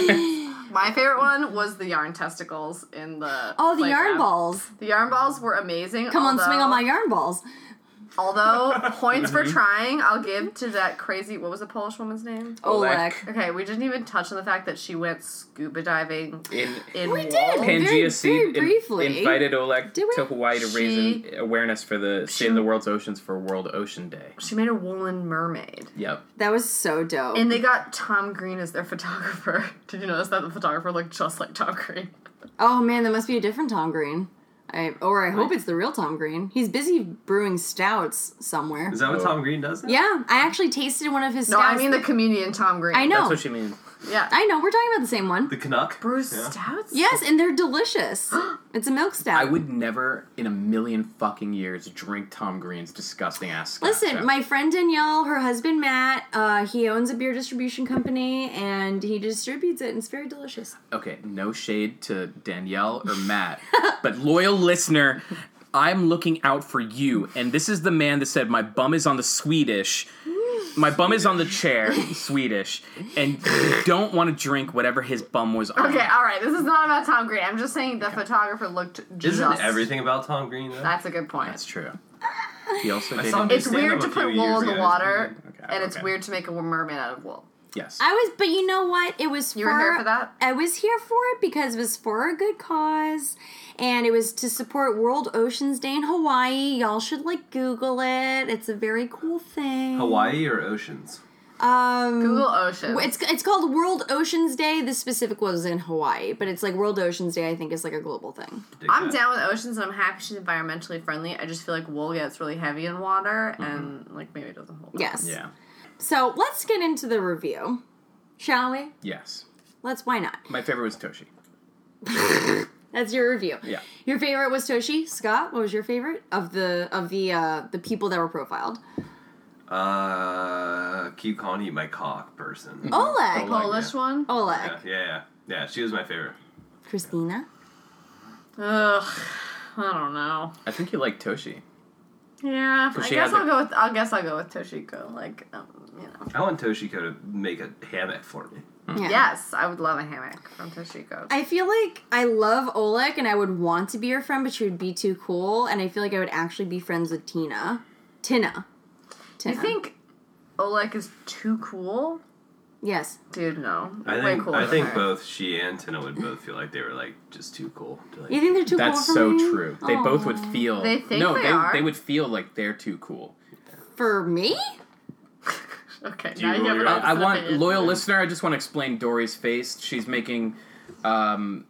Speaker 3: My favorite one was the yarn testicles in the.
Speaker 2: Oh, the
Speaker 3: playground.
Speaker 2: yarn balls.
Speaker 3: The yarn balls were amazing.
Speaker 2: Come on, swing
Speaker 3: although-
Speaker 2: on my yarn balls.
Speaker 3: Although points for trying, I'll give to that crazy. What was the Polish woman's name?
Speaker 2: Oleg.
Speaker 4: Olek.
Speaker 3: Okay, we didn't even touch on the fact that she went scuba diving
Speaker 4: In
Speaker 3: in.
Speaker 2: We did.
Speaker 3: walls.
Speaker 2: Very- very
Speaker 4: Pangea Seed in-
Speaker 2: briefly.
Speaker 4: invited Oleg
Speaker 2: Did we?
Speaker 4: to Hawaii to raise
Speaker 3: She-
Speaker 4: an awareness for the state of the world's oceans for World Ocean Day.
Speaker 3: She made a woolen mermaid.
Speaker 4: Yep.
Speaker 2: That was so dope.
Speaker 3: And they got Tom Green as their photographer. Did you notice that the photographer looked just like Tom Green?
Speaker 2: oh man, that must be a different Tom Green. I, or I hope it's the real Tom Green. He's busy brewing stouts somewhere.
Speaker 5: Is that what
Speaker 4: Oh.
Speaker 5: Tom Green does? Now?
Speaker 2: Yeah, I actually tasted one of his
Speaker 3: No,
Speaker 2: stouts.
Speaker 3: I mean the comedian Tom Green.
Speaker 2: I know.
Speaker 4: That's what she means.
Speaker 3: Yeah.
Speaker 2: I know, we're talking about the same one.
Speaker 5: The Canuck.
Speaker 3: Bruce
Speaker 5: Yeah.
Speaker 3: Stouts?
Speaker 2: Yes, and they're delicious. It's a milk stout.
Speaker 4: I would never in a million fucking years drink Tom Green's disgusting ass. stuff.
Speaker 2: Listen,
Speaker 4: Yeah.
Speaker 2: my friend Danielle, her husband Matt, uh, he owns a beer distribution company and he distributes it and it's very delicious.
Speaker 4: okay, no shade to Danielle or Matt, but loyal listener, I'm looking out for you. And this is the man that said, My bum is on the Swedish. My bum is on the chair, Swedish, and you don't want to drink whatever his bum was on.
Speaker 3: Okay, all right. This is not about Tom Green. I'm just saying the photographer looked just.
Speaker 5: Isn't everything about Tom Green though?
Speaker 3: That's a good point.
Speaker 4: That's true. He also did.
Speaker 5: saw him-
Speaker 3: It's
Speaker 5: Stand up
Speaker 3: weird
Speaker 5: a
Speaker 3: to
Speaker 5: few
Speaker 3: put
Speaker 5: years
Speaker 3: wool in the
Speaker 5: ago.
Speaker 3: water,
Speaker 4: Okay,
Speaker 3: and it's
Speaker 4: okay.
Speaker 3: weird to make a mermaid out of wool.
Speaker 4: Yes.
Speaker 2: I was, but you know what? It was
Speaker 3: You were here for that?
Speaker 2: I was here for it because it was for a good cause, and it was to support World Oceans Day in Hawaii. Y'all should like Google it. It's a very cool thing.
Speaker 5: Hawaii or oceans?
Speaker 2: Um,
Speaker 3: Google Ocean.
Speaker 2: It's it's called World Oceans Day. The specific one was in Hawaii, but it's like World Oceans Day. I think is like a global thing.
Speaker 5: Dig
Speaker 3: I'm
Speaker 5: that.
Speaker 3: down with oceans, and I'm happy she's environmentally friendly. I just feel like wool gets really heavy in water,
Speaker 5: Mm-hmm.
Speaker 3: and like maybe it doesn't hold. up.
Speaker 2: Yes.
Speaker 4: yeah.
Speaker 2: So let's get into the review, shall we?
Speaker 4: Yes.
Speaker 2: Let's. Why not?
Speaker 4: My favorite was Toshi.
Speaker 2: That's your review.
Speaker 4: Yeah.
Speaker 2: Your favorite was Toshi Scott. What was your favorite of the of the uh, the people that were profiled?
Speaker 5: Uh, keep calling eat my cock person.
Speaker 3: Oh,
Speaker 2: Oleg.
Speaker 4: Oleg.
Speaker 3: Polish one.
Speaker 2: Oleg.
Speaker 5: Yeah, yeah, yeah, yeah. She was my favorite.
Speaker 2: Christina.
Speaker 3: Ugh. I don't know.
Speaker 4: I think you liked Toshi.
Speaker 3: Yeah, I
Speaker 4: she
Speaker 3: guess
Speaker 4: had
Speaker 3: I'll
Speaker 4: the-
Speaker 3: go with I guess I'll go with Toshiko. Like, um, you know.
Speaker 5: I want Toshiko to make a hammock for me.
Speaker 4: Hmm.
Speaker 2: Yeah.
Speaker 3: Yes, I would love a hammock from Toshiko.
Speaker 2: I feel like I love Oleg and I would want to be her friend, but she would be too cool. And I feel like I would actually be friends with Tina. Tina.
Speaker 3: I
Speaker 2: Tina.
Speaker 3: think Oleg is too cool,
Speaker 2: Yes.
Speaker 3: dude. No,
Speaker 5: I
Speaker 3: way
Speaker 5: think
Speaker 3: cooler
Speaker 5: I
Speaker 3: than
Speaker 5: think
Speaker 3: her.
Speaker 5: both she and Tina would both feel like they were like just too cool. To, like,
Speaker 2: You think they're too
Speaker 4: That's
Speaker 2: cool for
Speaker 4: so
Speaker 2: me?
Speaker 4: true. They both would
Speaker 2: Aw.
Speaker 4: feel.
Speaker 3: They think
Speaker 4: no,
Speaker 3: they
Speaker 4: they,
Speaker 3: are.
Speaker 4: would feel like they're too cool.
Speaker 2: For me?
Speaker 3: Okay,
Speaker 5: you
Speaker 3: now you
Speaker 5: roll
Speaker 3: have an
Speaker 5: your eyes?
Speaker 4: I, I
Speaker 3: opposite
Speaker 4: want
Speaker 3: opinion.
Speaker 4: loyal listener. I just want to explain Dory's face. She's making um,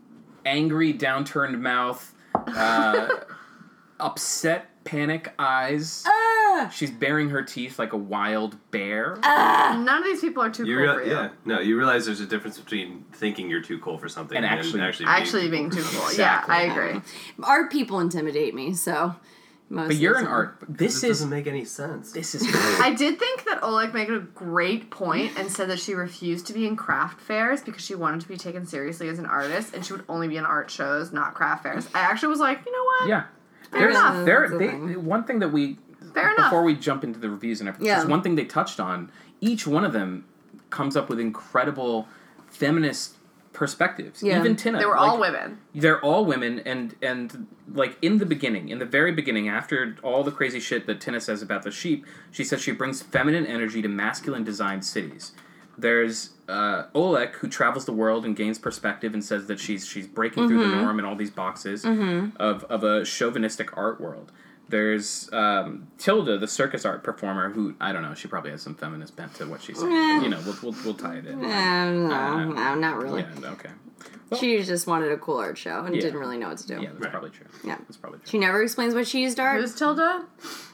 Speaker 4: angry, downturned mouth, uh, upset, panic eyes.
Speaker 2: Ah!
Speaker 4: She's baring her teeth like a wild bear.
Speaker 5: Oh,
Speaker 3: None of these people are too
Speaker 5: you
Speaker 3: cool
Speaker 5: real-
Speaker 3: for you.
Speaker 5: yeah, no, you realize there's a difference between thinking you're too cool for something
Speaker 4: And
Speaker 5: and,
Speaker 4: actually-
Speaker 5: actually actually,
Speaker 3: Actually,
Speaker 5: being,
Speaker 3: being too cool.
Speaker 4: Exactly.
Speaker 3: Yeah, I agree.
Speaker 2: Art people intimidate me, so. Most
Speaker 4: but
Speaker 2: of
Speaker 4: you're
Speaker 2: the
Speaker 4: an
Speaker 2: time.
Speaker 4: art.
Speaker 5: this
Speaker 4: This is
Speaker 5: doesn't make any sense.
Speaker 4: this is.
Speaker 3: I did think that Oleg made a great point and said that she refused to be in craft fairs because she wanted to be taken seriously as an artist and she would only be in art shows, not craft fairs. I actually was like, you know what?
Speaker 4: Yeah.
Speaker 3: Fair
Speaker 4: There's
Speaker 2: enough.
Speaker 4: there
Speaker 2: That's the
Speaker 4: they,
Speaker 2: thing.
Speaker 4: one thing that we
Speaker 3: Fair enough.
Speaker 4: before we jump into the reviews and everything.
Speaker 2: Yeah.
Speaker 4: Just one thing they touched on. Each one of them comes up with incredible feminist perspectives.
Speaker 2: Yeah.
Speaker 4: Even Tina.
Speaker 3: They were
Speaker 4: like,
Speaker 3: all women.
Speaker 4: They're all women, and and like in the beginning, in the very beginning, after all the crazy shit that Tina says about the sheep, she says she brings feminine energy to masculine designed cities. There's uh, Oleg who travels the world and gains perspective and says that she's she's breaking through the norm and all these boxes of, of a chauvinistic art world. There's um, Tilda, the circus art performer, who I don't know. She probably has some feminist bent to what she's saying. but, You know, we'll, we'll, we'll tie it in.
Speaker 2: Um, no,
Speaker 4: Uh,
Speaker 2: no, not really.
Speaker 4: Yeah. Okay. Well,
Speaker 2: She just wanted a cool art show and
Speaker 4: Yeah.
Speaker 2: didn't really know what to do.
Speaker 4: yeah, that's probably true.
Speaker 2: Yeah.
Speaker 4: that's probably true.
Speaker 2: She never explains what she used to art.
Speaker 3: Who's Tilda?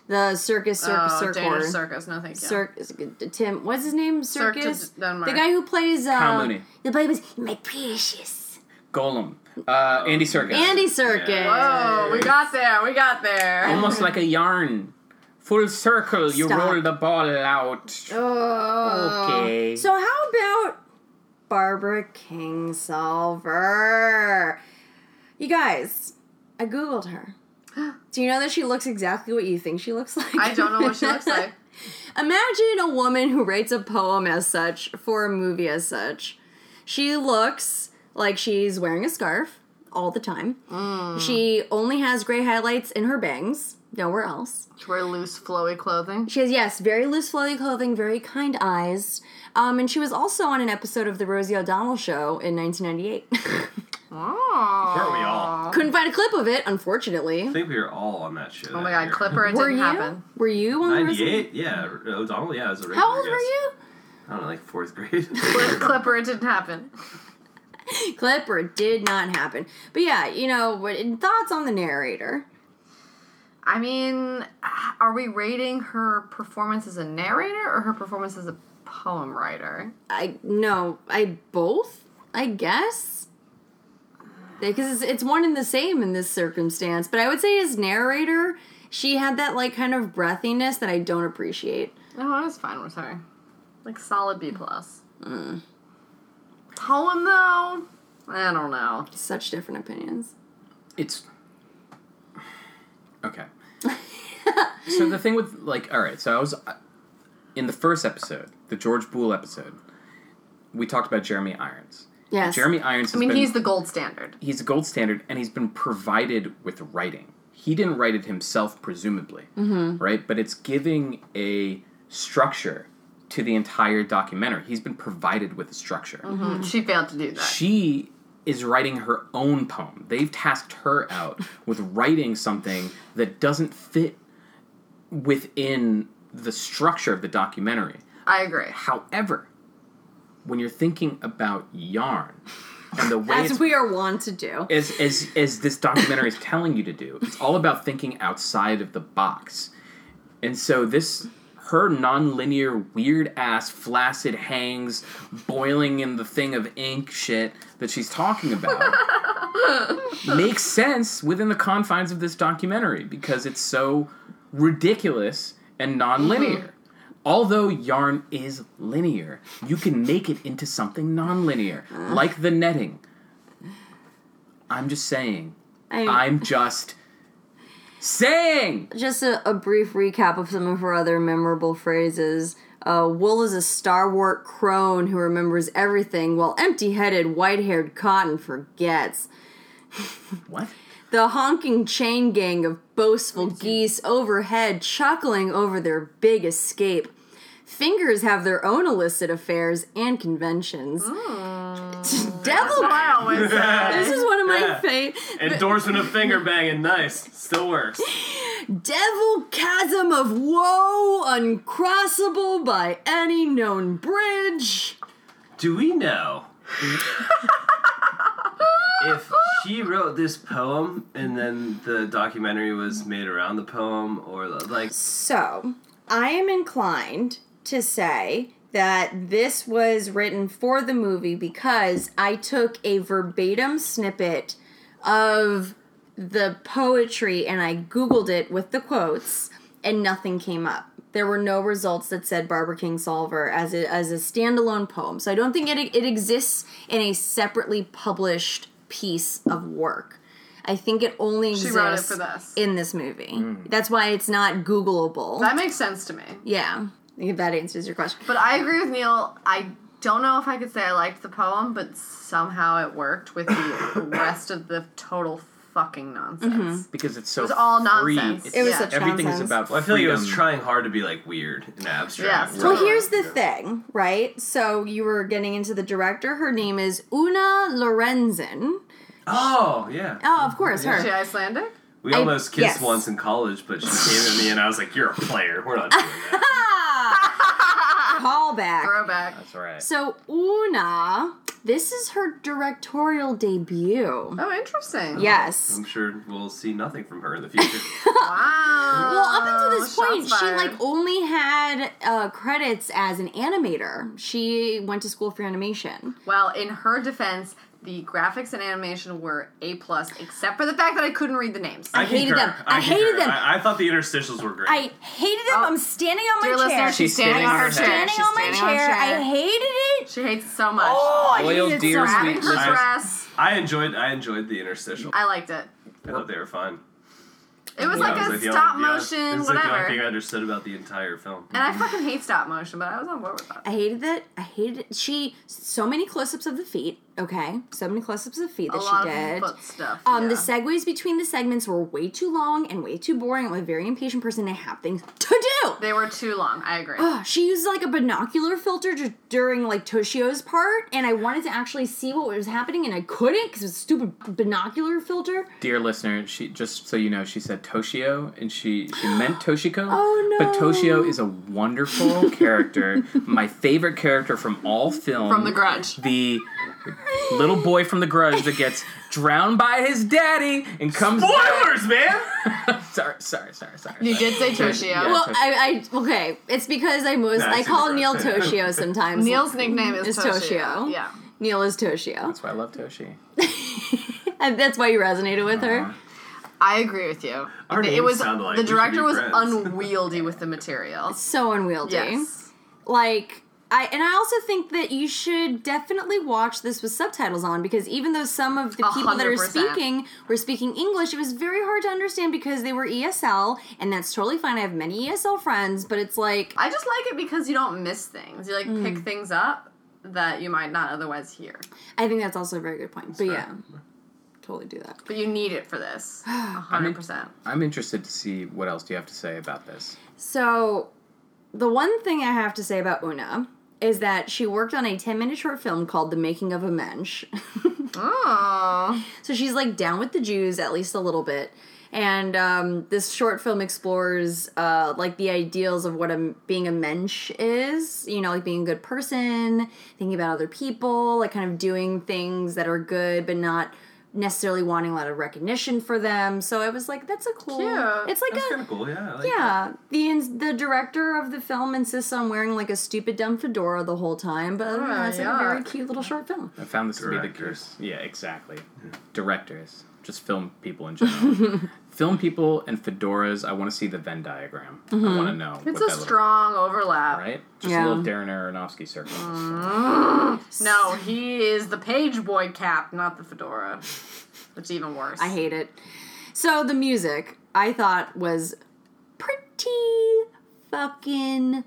Speaker 2: The circus, circus,
Speaker 3: oh,
Speaker 2: circus.
Speaker 3: Danish circus. No, thank you.
Speaker 2: Circus. Tim, what's his name?
Speaker 3: Cirque du
Speaker 2: Circus.
Speaker 3: Denmark.
Speaker 2: The guy who plays. Uh,
Speaker 4: Kyle Mooney.
Speaker 2: The guy who plays my precious
Speaker 4: Golem. Uh, Andy Serkis.
Speaker 2: Andy Circus.
Speaker 3: Whoa, Oh, we got there. We got there.
Speaker 4: Almost like a yarn. Full circle, you
Speaker 2: Stop.
Speaker 4: roll the ball out.
Speaker 2: Oh.
Speaker 4: Okay.
Speaker 2: So how about Barbara Kingsolver? You guys, I googled her. Do you know that she looks exactly what you think she looks like?
Speaker 3: I don't know what she looks like.
Speaker 2: Imagine a woman who writes a poem as such for a movie as such. She looks like she's wearing a scarf all the time.
Speaker 3: Mm.
Speaker 2: She only has gray highlights in her bangs, nowhere else.
Speaker 3: She wear loose, flowy clothing.
Speaker 2: She has, yes, very loose, flowy clothing, very kind eyes. Um, and she was also on an episode of The Rosie O'Donnell Show in 1998.
Speaker 3: Oh.
Speaker 5: Where are we all?
Speaker 2: Couldn't find a clip of it, unfortunately.
Speaker 5: I think we were all on that shit.
Speaker 3: Oh my god, Clipper, it
Speaker 2: Were
Speaker 3: didn't
Speaker 2: you?
Speaker 3: happen.
Speaker 2: Were you on The Rosie?
Speaker 5: Ninety-eight, yeah. O'Donnell, yeah, was a regular
Speaker 2: How old
Speaker 5: guest.
Speaker 2: were you?
Speaker 5: I don't know, like fourth grade.
Speaker 3: Clip- Clipper, it didn't happen.
Speaker 2: clip or it did not happen. But yeah, you know, what and thoughts on the narrator?
Speaker 3: I mean, are we rating her performance as a narrator or her performance as a poem writer?
Speaker 2: I no, I both, I guess. Because it's, it's one and the same in this circumstance, but I would say as narrator, she had that like kind of breathiness that I don't appreciate.
Speaker 3: No, I was fine with her. Like solid B plus. Mm. Poem though, I don't know.
Speaker 2: Such different opinions.
Speaker 4: It's. Okay. so the thing with, like, alright, so I was. uh, In the first episode, the George Boole episode, we talked about Jeremy Irons.
Speaker 2: Yes.
Speaker 4: Jeremy Irons has
Speaker 3: I mean,
Speaker 4: been,
Speaker 3: he's the gold standard.
Speaker 4: he's a gold standard and he's been provided with writing he didn't write it himself presumably right but it's giving a structure to the entire documentary he's been provided with a structure
Speaker 3: She failed to do that.
Speaker 4: she is writing her own poem they've tasked her out with writing something that doesn't fit within the structure of the documentary
Speaker 3: I agree.
Speaker 4: however when you're thinking about yarn and the way
Speaker 2: as
Speaker 4: it's
Speaker 2: we are wont to do.
Speaker 4: as as as this documentary is telling you to do. It's all about thinking outside of the box. And so this her non-linear weird ass flaccid hangs boiling in the thing of ink shit that she's talking about makes sense within the confines of this documentary because it's so ridiculous and non-linear. Although yarn is linear, you can make it into something non-linear, like the netting. I'm just saying.
Speaker 2: I,
Speaker 4: I'm just Sing!
Speaker 2: just a, a brief recap of some of her other memorable phrases. Uh, Wool is a stalwart crone who remembers everything, while empty headed, white haired Cotton forgets.
Speaker 4: What?
Speaker 2: The honking chain gang of boastful geese overhead, chuckling over their big escape. Fingers have their own illicit affairs and conventions. Hmm. Devil.
Speaker 3: I always say.
Speaker 2: This is one of my
Speaker 5: Yeah.
Speaker 2: favorite.
Speaker 5: Endorsement of finger banging, nice. Still works.
Speaker 2: devil chasm of woe, uncrossable by any known bridge.
Speaker 5: Do we know if she wrote this poem and then the documentary was made around the poem, or like
Speaker 2: So, I am inclined to say that this was written for the movie because I took a verbatim snippet of the poetry and I Googled it with the quotes, and nothing came up. There were no results that said Barbara King Solver as a, as a standalone poem. So I don't think it, it exists in a separately published piece of work. I think it only
Speaker 3: She
Speaker 2: exists
Speaker 3: wrote it for this.
Speaker 2: in this movie. That's why it's not Googleable.
Speaker 3: That makes sense to me.
Speaker 2: yeah, if that answers your question.
Speaker 3: But I agree with Neil. I don't know if I could say I liked the poem, but somehow it worked with the rest of the total fucking nonsense.
Speaker 4: Because it's so
Speaker 3: was all
Speaker 4: free.
Speaker 3: nonsense.
Speaker 4: It's-
Speaker 2: It was
Speaker 3: Yeah.
Speaker 2: such
Speaker 4: everything
Speaker 2: nonsense.
Speaker 4: is about
Speaker 5: Well, I feel like it was
Speaker 4: freedom.
Speaker 5: trying hard to be like weird and abstract.
Speaker 3: Yes,
Speaker 5: Right.
Speaker 2: Well, here's the thing, right? So you were getting into the director. Her name is Una Lorenzen.
Speaker 5: Oh yeah.
Speaker 2: Oh, of course,
Speaker 3: Is she
Speaker 2: her.
Speaker 3: Icelandic?
Speaker 5: We almost kissed
Speaker 2: yes.
Speaker 5: once in college, but she came at me and I was like, "You're a player. We're not doing that."
Speaker 2: Ah! Callback.
Speaker 3: Throwback.
Speaker 4: That's right.
Speaker 2: So Una, this is her directorial debut.
Speaker 3: Oh, interesting.
Speaker 2: Yes.
Speaker 5: I'm sure we'll see nothing from her in the future.
Speaker 3: Wow.
Speaker 2: Well, up until this
Speaker 3: Shots
Speaker 2: point,
Speaker 3: fired.
Speaker 2: she like only had uh, credits as an animator. She went to school for animation.
Speaker 3: Well, in her defense, the graphics and animation were A plus, except for the fact that I couldn't read the names.
Speaker 5: I
Speaker 2: hated
Speaker 5: concur.
Speaker 2: them. I hated
Speaker 5: concur.
Speaker 2: them.
Speaker 5: I, I thought the interstitials were great.
Speaker 2: I hated them. I'm standing on my
Speaker 3: Oh. Dear
Speaker 2: chair.
Speaker 3: listener, she's
Speaker 4: She's
Speaker 3: standing,
Speaker 4: standing
Speaker 3: on
Speaker 4: on
Speaker 3: her
Speaker 4: her
Speaker 3: chair.
Speaker 4: chair.
Speaker 2: standing
Speaker 3: She's
Speaker 2: on my
Speaker 3: standing on
Speaker 2: chair.
Speaker 3: chair.
Speaker 2: I hated it.
Speaker 3: She hates it so much.
Speaker 2: Oh, I
Speaker 4: Loyal
Speaker 2: hated it
Speaker 4: dear
Speaker 2: so
Speaker 3: Grabbing
Speaker 2: much.
Speaker 4: sweet
Speaker 3: her
Speaker 5: listeners.
Speaker 3: dress.
Speaker 5: I enjoyed. I enjoyed the interstitial.
Speaker 3: I liked it.
Speaker 5: I thought they were fun.
Speaker 3: It was
Speaker 5: That
Speaker 3: like
Speaker 5: was,
Speaker 3: a
Speaker 5: the only-
Speaker 3: stop
Speaker 5: yeah,
Speaker 3: motion,
Speaker 5: It was like
Speaker 3: whatever.
Speaker 5: the only thing I understood about the entire film.
Speaker 3: and I fucking hate stop motion, but I was on board with that.
Speaker 2: I hated that. I hated it. She so many close-ups of the feet. Okay, so many close-ups of the feet
Speaker 3: A
Speaker 2: that
Speaker 3: lot
Speaker 2: she did.
Speaker 3: of foot stuff.
Speaker 2: Um,
Speaker 3: yeah.
Speaker 2: the segues between the segments were way too long and way too boring. I'm a very impatient person. and I have things to do.
Speaker 3: they were too long. I agree.
Speaker 2: Ugh, she used like a binocular filter ju- during like Toshio's part, and I wanted to actually see what was happening, and I couldn't because it was a stupid binocular filter.
Speaker 4: Dear listener, she just so you know, she said Toshio, and she she meant Toshiko.
Speaker 2: Oh, no.
Speaker 4: But Toshio is a wonderful character, my favorite character from all film.
Speaker 3: From The Grudge.
Speaker 4: the little boy from The Grudge that gets drowned by his daddy and comes.
Speaker 5: Spoilers, man.
Speaker 4: back- sorry, sorry, sorry, sorry.
Speaker 3: You did say Toshio.
Speaker 4: Yeah.
Speaker 2: Well, I, I okay. It's because I most
Speaker 5: Nah,
Speaker 2: I
Speaker 5: it's
Speaker 2: call
Speaker 5: super
Speaker 2: Neil
Speaker 5: gross.
Speaker 2: Toshio sometimes.
Speaker 3: Neil's nickname is,
Speaker 2: It's
Speaker 3: Toshio.
Speaker 2: Toshio.
Speaker 3: Yeah.
Speaker 2: Neil is Toshio,
Speaker 4: That's why I love Toshi.
Speaker 2: and that's why you resonated with her.
Speaker 3: I agree with you.
Speaker 5: Our
Speaker 3: it
Speaker 5: names
Speaker 3: was
Speaker 5: sound alike.
Speaker 3: the
Speaker 5: We should
Speaker 3: director
Speaker 5: be
Speaker 3: was
Speaker 5: friends.
Speaker 3: unwieldy with the material.
Speaker 2: So unwieldy.
Speaker 3: Yes.
Speaker 2: Like I and I also think that you should definitely watch this with subtitles on because even though some of the
Speaker 3: A
Speaker 2: people that are
Speaker 3: hundred percent.
Speaker 2: speaking were speaking English, it was very hard to understand because they were ESL, and that's totally fine. I have many ESL friends, but it's like
Speaker 3: I just like it because you don't miss things. You like
Speaker 2: Mm.
Speaker 3: pick things up that you might not otherwise hear.
Speaker 2: I think that's also a very good point. But yeah, totally do that.
Speaker 3: But you need it for this. A hundred percent.
Speaker 4: I'm interested to see what else do you have to say about this.
Speaker 2: So, the one thing I have to say about Una is that she worked on a 10 minute short film called The Making of a Mensch.
Speaker 3: Oh.
Speaker 2: so, she's like down with the Jews at least a little bit. And um, this short film explores uh, like the ideals of what a, being a mensch is, you know, like being a good person, thinking about other people, like kind of doing things that are good but not necessarily wanting a lot of recognition for them. So I was like, that's a cool.
Speaker 3: Cute.
Speaker 2: It's like
Speaker 5: That's
Speaker 2: a
Speaker 5: kind of cool. Yeah. I like that.
Speaker 2: yeah, the ins- the director of the film insists on wearing like a stupid dumb fedora the whole time, but other than that, it's like a very
Speaker 3: yuck.
Speaker 2: cute little short film.
Speaker 4: I found this to be the
Speaker 5: Directors.
Speaker 4: Yeah, exactly. Directors, just film people in general. film people and fedoras. I want to see the Venn diagram. I want to know.
Speaker 3: It's
Speaker 4: what
Speaker 3: a
Speaker 4: that look-
Speaker 3: strong overlap.
Speaker 4: right? Just
Speaker 2: Yeah.
Speaker 4: a little Darren Aronofsky circle.
Speaker 3: No, he is the page boy cap, not the fedora. It's even worse.
Speaker 2: I hate it. So the music. I thought was pretty fucking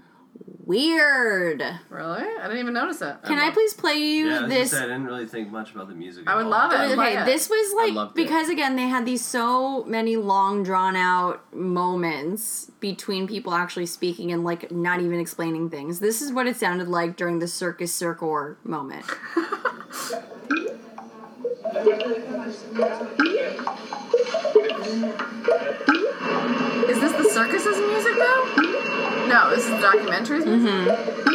Speaker 2: weird.
Speaker 3: Really? I didn't even notice it.
Speaker 2: Can I please play you
Speaker 5: Yeah, as you
Speaker 2: this?
Speaker 5: said, I didn't really think much about the music.
Speaker 3: I
Speaker 5: at
Speaker 3: would
Speaker 5: all.
Speaker 3: love it.
Speaker 2: Okay,
Speaker 3: Play it.
Speaker 2: this was like
Speaker 4: loved it.
Speaker 2: because again they had these so many long drawn out moments between people actually speaking and like not even explaining things. This is what it sounded like during the circus circor moment.
Speaker 3: Is this the circus's music though? No, this is the documentary's music.
Speaker 2: Mm-hmm.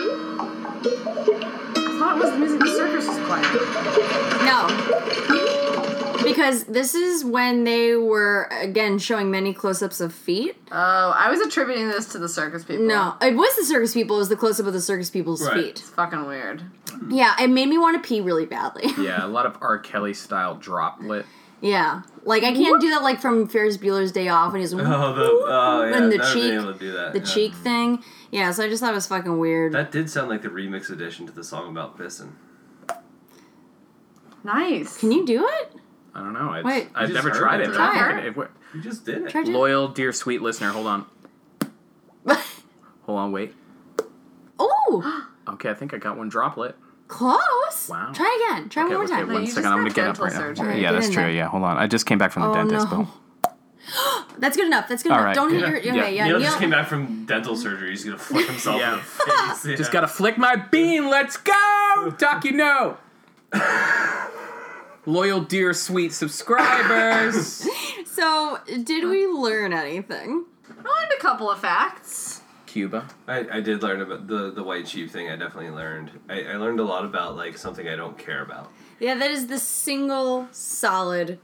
Speaker 3: I thought it was the music the circus was playing.
Speaker 2: No. Because this is when they were again showing many close ups of feet.
Speaker 3: Oh, I was attributing this to the circus people.
Speaker 2: No, it was the circus people, it was the close up of the circus people's
Speaker 5: Uh-huh. Right.
Speaker 2: feet.
Speaker 3: It's fucking weird.
Speaker 2: Yeah, it made me want to pee really badly.
Speaker 4: Yeah, a lot of R. Kelly style droplet.
Speaker 2: Yeah. Like I can't do that like from Ferris Bueller's Day Off when he's
Speaker 5: Oh, the, oh yeah,
Speaker 2: and the
Speaker 5: never
Speaker 2: cheek,
Speaker 5: been able to do that.
Speaker 2: the
Speaker 5: yeah.
Speaker 2: cheek thing. Yeah, so I just thought it was fucking weird.
Speaker 5: That did sound like the remix edition to the song about pissing.
Speaker 3: Nice.
Speaker 2: Can you do it?
Speaker 4: I don't know. It's,
Speaker 2: Wait.
Speaker 4: I've
Speaker 5: You
Speaker 4: never
Speaker 5: just
Speaker 4: tried it.
Speaker 5: heard it.
Speaker 4: but I
Speaker 3: Try
Speaker 4: think
Speaker 3: it.
Speaker 4: it- it wor-
Speaker 5: You just did it.
Speaker 2: Try to-
Speaker 4: Loyal, dear, sweet listener. Hold on. Hold on. Wait.
Speaker 2: oh,
Speaker 4: Okay, I think I got one droplet.
Speaker 2: close.
Speaker 4: Wow.
Speaker 2: Try again. Try
Speaker 4: Okay,
Speaker 2: one more
Speaker 4: okay,
Speaker 2: time.
Speaker 3: No,
Speaker 4: one
Speaker 3: you
Speaker 4: second.
Speaker 3: just
Speaker 4: I'm gonna
Speaker 3: had
Speaker 4: get up right
Speaker 3: dental
Speaker 4: now.
Speaker 3: surgery.
Speaker 4: Yeah,
Speaker 2: Get
Speaker 4: that's
Speaker 2: in
Speaker 4: true.
Speaker 2: there.
Speaker 4: Yeah, hold on. I just came back from the
Speaker 2: Oh,
Speaker 4: dentist,
Speaker 2: no.
Speaker 4: Bill.
Speaker 2: That's good enough. That's good
Speaker 4: All
Speaker 2: enough.
Speaker 4: right,
Speaker 2: Don't hit
Speaker 4: yeah,
Speaker 2: your.
Speaker 4: yeah.
Speaker 2: Okay, yeah.
Speaker 5: Neil
Speaker 2: Neil-
Speaker 5: just came back from dental surgery. He's gonna flip himself
Speaker 4: Yeah.
Speaker 5: in the face. Yeah.
Speaker 4: Just gotta flick my bean. Let's go, Doc. You know. Loyal, dear, sweet subscribers.
Speaker 2: so, did we learn anything?
Speaker 3: I learned a couple of facts.
Speaker 4: Cuba.
Speaker 5: I, I did learn about the the white sheep thing. I definitely learned. I, I learned a lot about like something I don't care about.
Speaker 2: Yeah, that is the single solid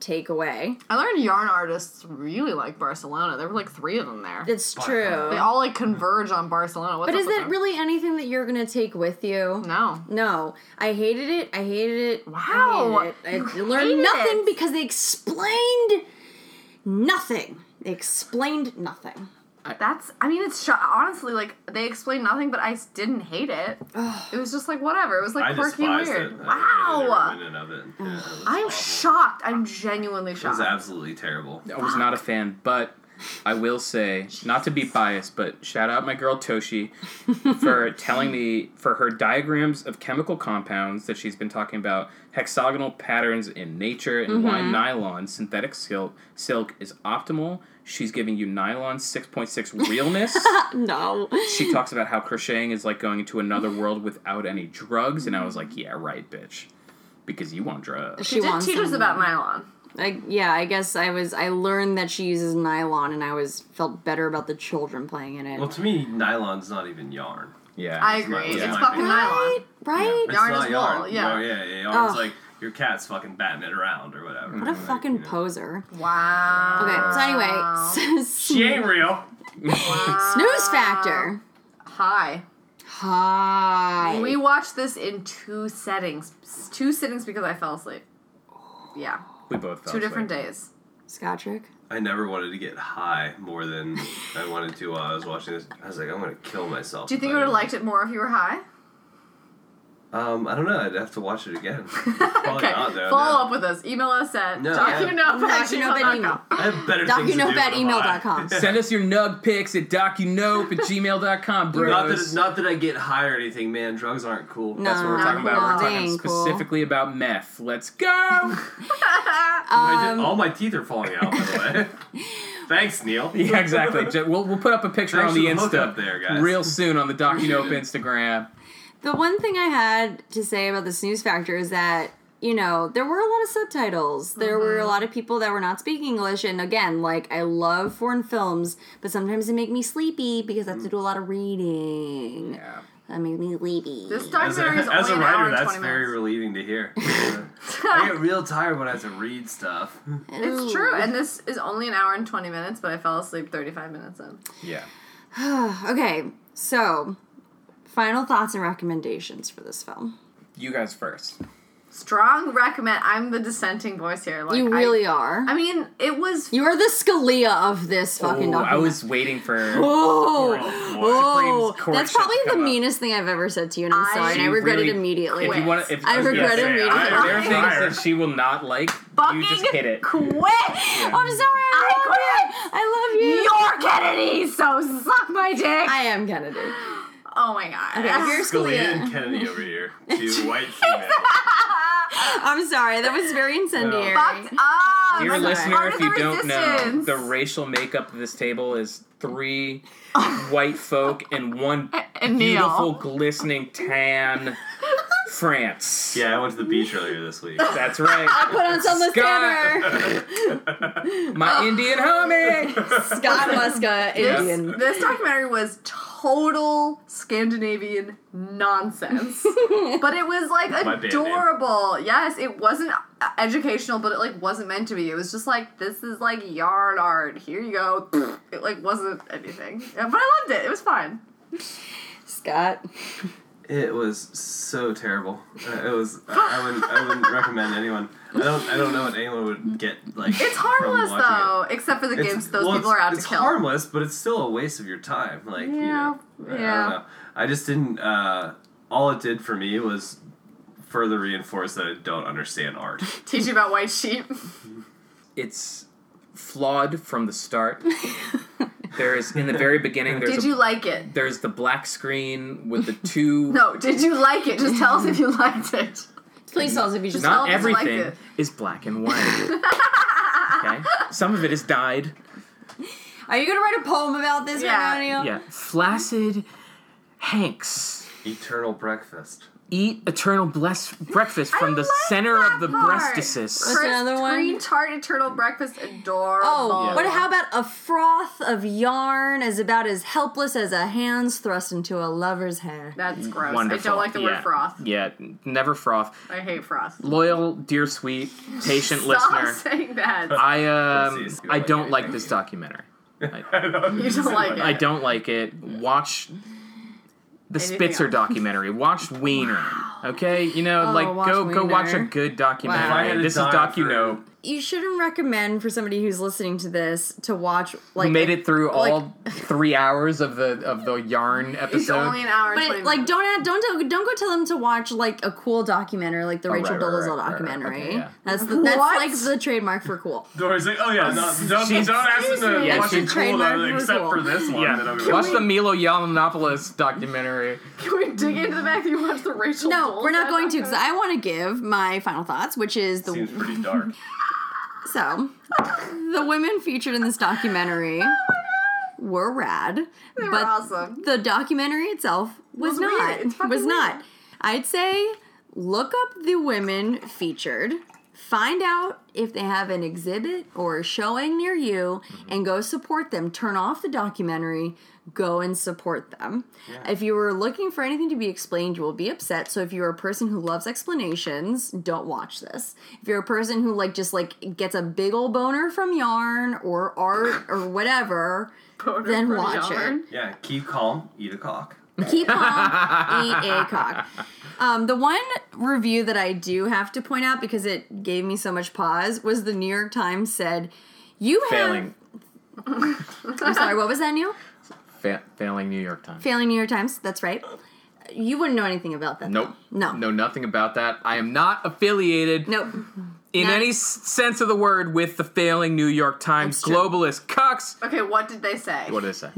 Speaker 2: takeaway.
Speaker 3: I learned yarn artists really like Barcelona. There were like three of them there.
Speaker 2: It's
Speaker 3: They
Speaker 2: true.
Speaker 3: all like converge on Barcelona. What's
Speaker 2: But
Speaker 3: up
Speaker 2: is
Speaker 3: with
Speaker 2: that
Speaker 3: them?
Speaker 2: really anything that you're gonna take with you?
Speaker 3: No.
Speaker 2: No, I hated it. I hated it.
Speaker 3: Wow.
Speaker 2: I, hated it. I
Speaker 3: You
Speaker 2: learned
Speaker 3: hated
Speaker 2: nothing
Speaker 3: it.
Speaker 2: because they explained nothing. They explained nothing.
Speaker 3: That's. I mean, it's sh- honestly like they explained nothing, but I s- didn't hate it. it was just like whatever. It was like
Speaker 5: I
Speaker 3: quirky
Speaker 5: despised
Speaker 3: weird.
Speaker 5: it. I
Speaker 3: Wow.
Speaker 5: hated every minute of it. Yeah, it was
Speaker 3: I'm
Speaker 5: awful.
Speaker 3: shocked. I'm genuinely
Speaker 5: It was
Speaker 3: shocked.
Speaker 5: absolutely terrible.
Speaker 4: I was not a fan, but I will say, not to be biased, but shout out my girl Toshi for telling me for her diagrams of chemical compounds that she's been talking about, hexagonal patterns in nature, and why nylon synthetic silk silk is optimal. She's giving you nylon 6.6 realness.
Speaker 2: No.
Speaker 4: she talks about how crocheting is like going into another world without any drugs, and I was like, yeah, right, bitch. Because you want drugs.
Speaker 3: she did teach us about nylon.
Speaker 2: I, yeah, I guess I was. I learned that she uses nylon, and I was felt better about the children playing in it.
Speaker 5: Well, to me, nylon's not even yarn.
Speaker 4: Yeah.
Speaker 3: I agree.
Speaker 5: yeah.
Speaker 3: It's fucking
Speaker 2: right,
Speaker 3: nylon.
Speaker 2: right.
Speaker 5: It's
Speaker 3: Yarn
Speaker 5: not
Speaker 3: is
Speaker 5: yarn.
Speaker 3: wool, yeah.
Speaker 5: No, yeah, yeah. Yarn's
Speaker 2: Ugh.
Speaker 5: like your cat's fucking batting it around or whatever.
Speaker 2: What a fucking poser.
Speaker 3: Wow.
Speaker 2: Okay, so anyway, s-
Speaker 5: She ain't real.
Speaker 2: snooze factor.
Speaker 3: Hi.
Speaker 2: Hi.
Speaker 3: We watched this in two settings. S- Two sittings because I fell asleep. Yeah.
Speaker 4: We both felt
Speaker 3: Two different
Speaker 4: like-
Speaker 3: days.
Speaker 2: Scott trick.
Speaker 5: I never wanted to get high more than I wanted to while I was watching this. I was like, I'm gonna kill myself.
Speaker 3: Do you
Speaker 5: if
Speaker 3: think
Speaker 5: I
Speaker 3: you would have
Speaker 5: don't-
Speaker 3: liked it more if you were high?
Speaker 5: Um, I don't know. I'd have to watch it again. Probably
Speaker 3: Okay.
Speaker 4: uh,
Speaker 5: not though.
Speaker 3: Follow
Speaker 5: no.
Speaker 3: up with us. Email us at
Speaker 5: No.
Speaker 3: docunope at
Speaker 2: Docunope at email.
Speaker 3: gmail.com.
Speaker 5: I have better things to do. when I'm high.
Speaker 2: Docunope@email.com.
Speaker 4: Send us your nug pics at docunope at gmail.com, bros.
Speaker 5: Not that, not that I get high or anything, man. Drugs aren't cool.
Speaker 4: That's what we're
Speaker 2: No,
Speaker 4: talking
Speaker 2: not
Speaker 4: about.
Speaker 2: cool.
Speaker 4: We're talking
Speaker 2: Dang, cool.
Speaker 4: specifically about meth. Let's go!
Speaker 5: My-
Speaker 3: Um,
Speaker 5: all my teeth are falling out, by the way. Thanks, Neil.
Speaker 4: yeah, exactly. Ju- We'll, we'll put up a picture
Speaker 5: Thanks
Speaker 4: on the
Speaker 5: for the
Speaker 4: Insta
Speaker 5: hookup there, guys.
Speaker 4: real soon on the docunope Instagram.
Speaker 2: The one thing I had to say about the snooze factor is that, you know, there were a lot of subtitles. There were
Speaker 3: Mm-hmm.
Speaker 2: a lot of people that were not speaking English. And again, like, I love foreign films, but sometimes they make me sleepy because I
Speaker 3: Mm.
Speaker 2: have to do a lot of reading.
Speaker 4: Yeah.
Speaker 2: That makes me sleepy.
Speaker 3: This
Speaker 5: As a,
Speaker 3: documentary is
Speaker 5: as
Speaker 3: only
Speaker 5: a
Speaker 3: an hour
Speaker 5: writer,
Speaker 3: and
Speaker 5: that's
Speaker 3: 20
Speaker 5: very
Speaker 3: minutes.
Speaker 5: relieving to hear. I get real tired when I have to read stuff.
Speaker 2: Ooh.
Speaker 3: It's true, and this is only an hour and 20 minutes, but I fell asleep 35 minutes in.
Speaker 4: Yeah.
Speaker 2: Okay, so final thoughts and recommendations for this film.
Speaker 4: You guys first.
Speaker 3: Strong recommend. I'm the dissenting voice here. Like,
Speaker 2: You
Speaker 3: I-
Speaker 2: really are.
Speaker 3: I, mean, it was.
Speaker 2: you are the Scalia of this fucking
Speaker 4: Ooh, Oh, I
Speaker 2: documentary.
Speaker 4: was waiting for.
Speaker 2: Oh,
Speaker 4: Supreme
Speaker 2: oh,
Speaker 4: Court
Speaker 2: that's
Speaker 4: shit
Speaker 2: probably the
Speaker 4: come up.
Speaker 2: meanest thing I've ever said to you, and I'm
Speaker 3: I-
Speaker 2: sorry, and I
Speaker 4: She
Speaker 2: regret
Speaker 4: really-
Speaker 2: it immediately.
Speaker 4: If you want, if,
Speaker 2: I
Speaker 4: was gonna
Speaker 2: regret
Speaker 4: say,
Speaker 2: immediately.
Speaker 4: I- There are things
Speaker 5: Fire.
Speaker 4: that she will not like.
Speaker 3: Fucking
Speaker 4: You just hit it.
Speaker 3: Quit!
Speaker 2: I'm Oh, sorry, I,
Speaker 3: I
Speaker 2: I love you.
Speaker 3: You're Kennedy, so suck my dick.
Speaker 2: I am Kennedy.
Speaker 3: oh my god.
Speaker 2: Okay, here's
Speaker 5: Scalia
Speaker 3: uh,
Speaker 2: Scalia.
Speaker 5: and Kennedy over here. Two white females.
Speaker 2: I'm sorry, that was very incendiary.
Speaker 3: Fucked up.
Speaker 4: Dear
Speaker 2: That's
Speaker 4: listener,
Speaker 3: part
Speaker 4: if
Speaker 3: of the
Speaker 4: you don't know,
Speaker 3: resistance.
Speaker 4: the racial makeup of this table is three white folk and one
Speaker 3: and Neil.
Speaker 4: beautiful, glistening tan France.
Speaker 5: Yeah, I went to the beach earlier this week.
Speaker 4: That's right.
Speaker 2: Put on some Listaner.
Speaker 4: My Indian homie.
Speaker 2: Scott Muska, Indian.
Speaker 3: This, this documentary was total Scandinavian nonsense, but it was like
Speaker 5: My band name.
Speaker 3: adorable. Yes, it wasn't uh, educational, but it like wasn't meant to be. It was just like this is like yard art. Here you go. It like wasn't anything, Yeah, but I loved it. It was fun.
Speaker 2: Scott.
Speaker 5: It was so terrible. Uh, It was. I I wouldn't. I wouldn't recommend anyone. I don't. I don't know what anyone would get like.
Speaker 3: It's
Speaker 5: from
Speaker 3: harmless
Speaker 5: watching it.
Speaker 3: though, except for the
Speaker 5: It's-
Speaker 3: gifts those
Speaker 5: well,
Speaker 3: people
Speaker 5: it's-
Speaker 3: are out
Speaker 5: it's
Speaker 3: to kill.
Speaker 5: harmless, but it's still a waste of your time. Like, you know,
Speaker 3: Yeah,
Speaker 5: I- I
Speaker 3: yeah.
Speaker 5: don't know. I just didn't. Uh, all it did for me was further reinforce that I don't understand art.
Speaker 3: Teach you about white sheep.
Speaker 4: It's flawed from the start. There is in the very beginning. There's
Speaker 3: Did
Speaker 4: a,
Speaker 3: you like it?
Speaker 4: there's the black screen with the two.
Speaker 3: No, did you like it? Just tell us if you liked it.
Speaker 2: Please tell us if you just
Speaker 4: Not
Speaker 3: Some of us like
Speaker 4: everything
Speaker 3: it.
Speaker 4: is black and white. okay, some of it is dyed.
Speaker 2: Are you gonna write a poem about this,
Speaker 3: Yeah.
Speaker 2: Antonio?
Speaker 4: Yeah, flaccid Hanks
Speaker 5: Eternal breakfast.
Speaker 4: eat eternal bless- breakfast from the
Speaker 3: love
Speaker 4: center
Speaker 3: that
Speaker 4: of the
Speaker 3: part.
Speaker 4: breastises.
Speaker 2: That's another one.
Speaker 3: Green tart eternal breakfast, adorable.
Speaker 2: Oh, but how about a froth of yarn is about as helpless as a hand's thrust into a lover's hair?
Speaker 3: That's gross. I
Speaker 4: Mm, Wonderful.
Speaker 3: don't like the
Speaker 4: yeah.
Speaker 3: word froth.
Speaker 4: Yeah, never froth.
Speaker 3: I hate froth.
Speaker 4: Loyal, dear, sweet, patient
Speaker 3: Stop
Speaker 4: listener.
Speaker 3: saying that.
Speaker 4: I um,
Speaker 5: Pussies.
Speaker 4: I don't like this documentary. I,
Speaker 3: You don't like it.
Speaker 4: I don't like it. Watch the Spitzer
Speaker 3: else?
Speaker 4: documentary. Watch Wiener. Okay, you know,
Speaker 2: Oh,
Speaker 4: like
Speaker 2: watch
Speaker 4: go go watch a
Speaker 2: Wiener.
Speaker 4: good
Speaker 5: If I
Speaker 4: documentary.
Speaker 5: had to
Speaker 4: This is
Speaker 5: die
Speaker 4: docuno.
Speaker 2: You shouldn't recommend for somebody who's listening to this to watch
Speaker 4: We
Speaker 2: like
Speaker 4: made it through
Speaker 2: like-
Speaker 4: all three hours of the of the yarn episode.
Speaker 3: It's only an hour and
Speaker 2: But
Speaker 3: twenty
Speaker 2: it, like,
Speaker 3: minutes.
Speaker 2: don't add, don't tell, don't go tell them to watch like a cool documentary, like the Rachel
Speaker 4: Oh, right, right,
Speaker 2: Dolezal
Speaker 4: right, right, right.
Speaker 2: documentary.
Speaker 4: Okay, yeah.
Speaker 2: That's the, that's
Speaker 3: What?
Speaker 2: like the trademark for cool.
Speaker 5: Dory's like, oh yeah, no, don't,
Speaker 4: She's-
Speaker 5: don't ask them to
Speaker 4: Yeah,
Speaker 5: watch
Speaker 4: she's
Speaker 5: it cool
Speaker 2: trademarked
Speaker 5: though,
Speaker 2: for
Speaker 5: uh, except
Speaker 2: cool.
Speaker 5: for this one. That I'm
Speaker 4: Watch the Milo Yiannopoulos documentary.
Speaker 3: Can we dig into the fact that you watched the Rachel?
Speaker 2: No,
Speaker 3: Dolezal
Speaker 2: we're not going to because
Speaker 3: documentary?
Speaker 2: I want to give my final thoughts, which is the
Speaker 5: Seems pretty dark.
Speaker 2: So, the women featured in this documentary were rad,
Speaker 3: They were
Speaker 2: but
Speaker 3: awesome.
Speaker 2: the documentary itself was,
Speaker 3: Was weird.
Speaker 2: not.
Speaker 3: It's fucking
Speaker 2: Was not.
Speaker 3: weird.
Speaker 2: I'd say look up the women featured, find out if they have an exhibit or a showing near you, and go support them. Turn off the documentary. Go and support them. If you were looking for anything to be explained, you will be upset. So if you're a person who loves explanations, don't watch this. If you're a person who like just like gets a big old boner from yarn or art or whatever,
Speaker 3: Boner
Speaker 2: then
Speaker 3: for
Speaker 2: watch
Speaker 3: yarn.
Speaker 5: Yeah, keep calm, eat a cock.
Speaker 2: Keep calm, eat a cock. Um, the one review that I do have to point out because it gave me so much pause was the New York Times said, "You
Speaker 4: Failing,
Speaker 2: have." I'm sorry, what was that, Neil?
Speaker 4: fa- failing New York Times.
Speaker 2: Failing New York Times. That's right. You wouldn't know anything about that.
Speaker 4: Nope.
Speaker 2: though. No.
Speaker 4: Know nothing about that. I am not affiliated
Speaker 2: Nope.
Speaker 4: in
Speaker 2: not-
Speaker 4: any s- sense of the word with the failing New York Times
Speaker 2: That's true.
Speaker 4: globalist cucks.
Speaker 3: Okay, what did they say?
Speaker 4: What did I say?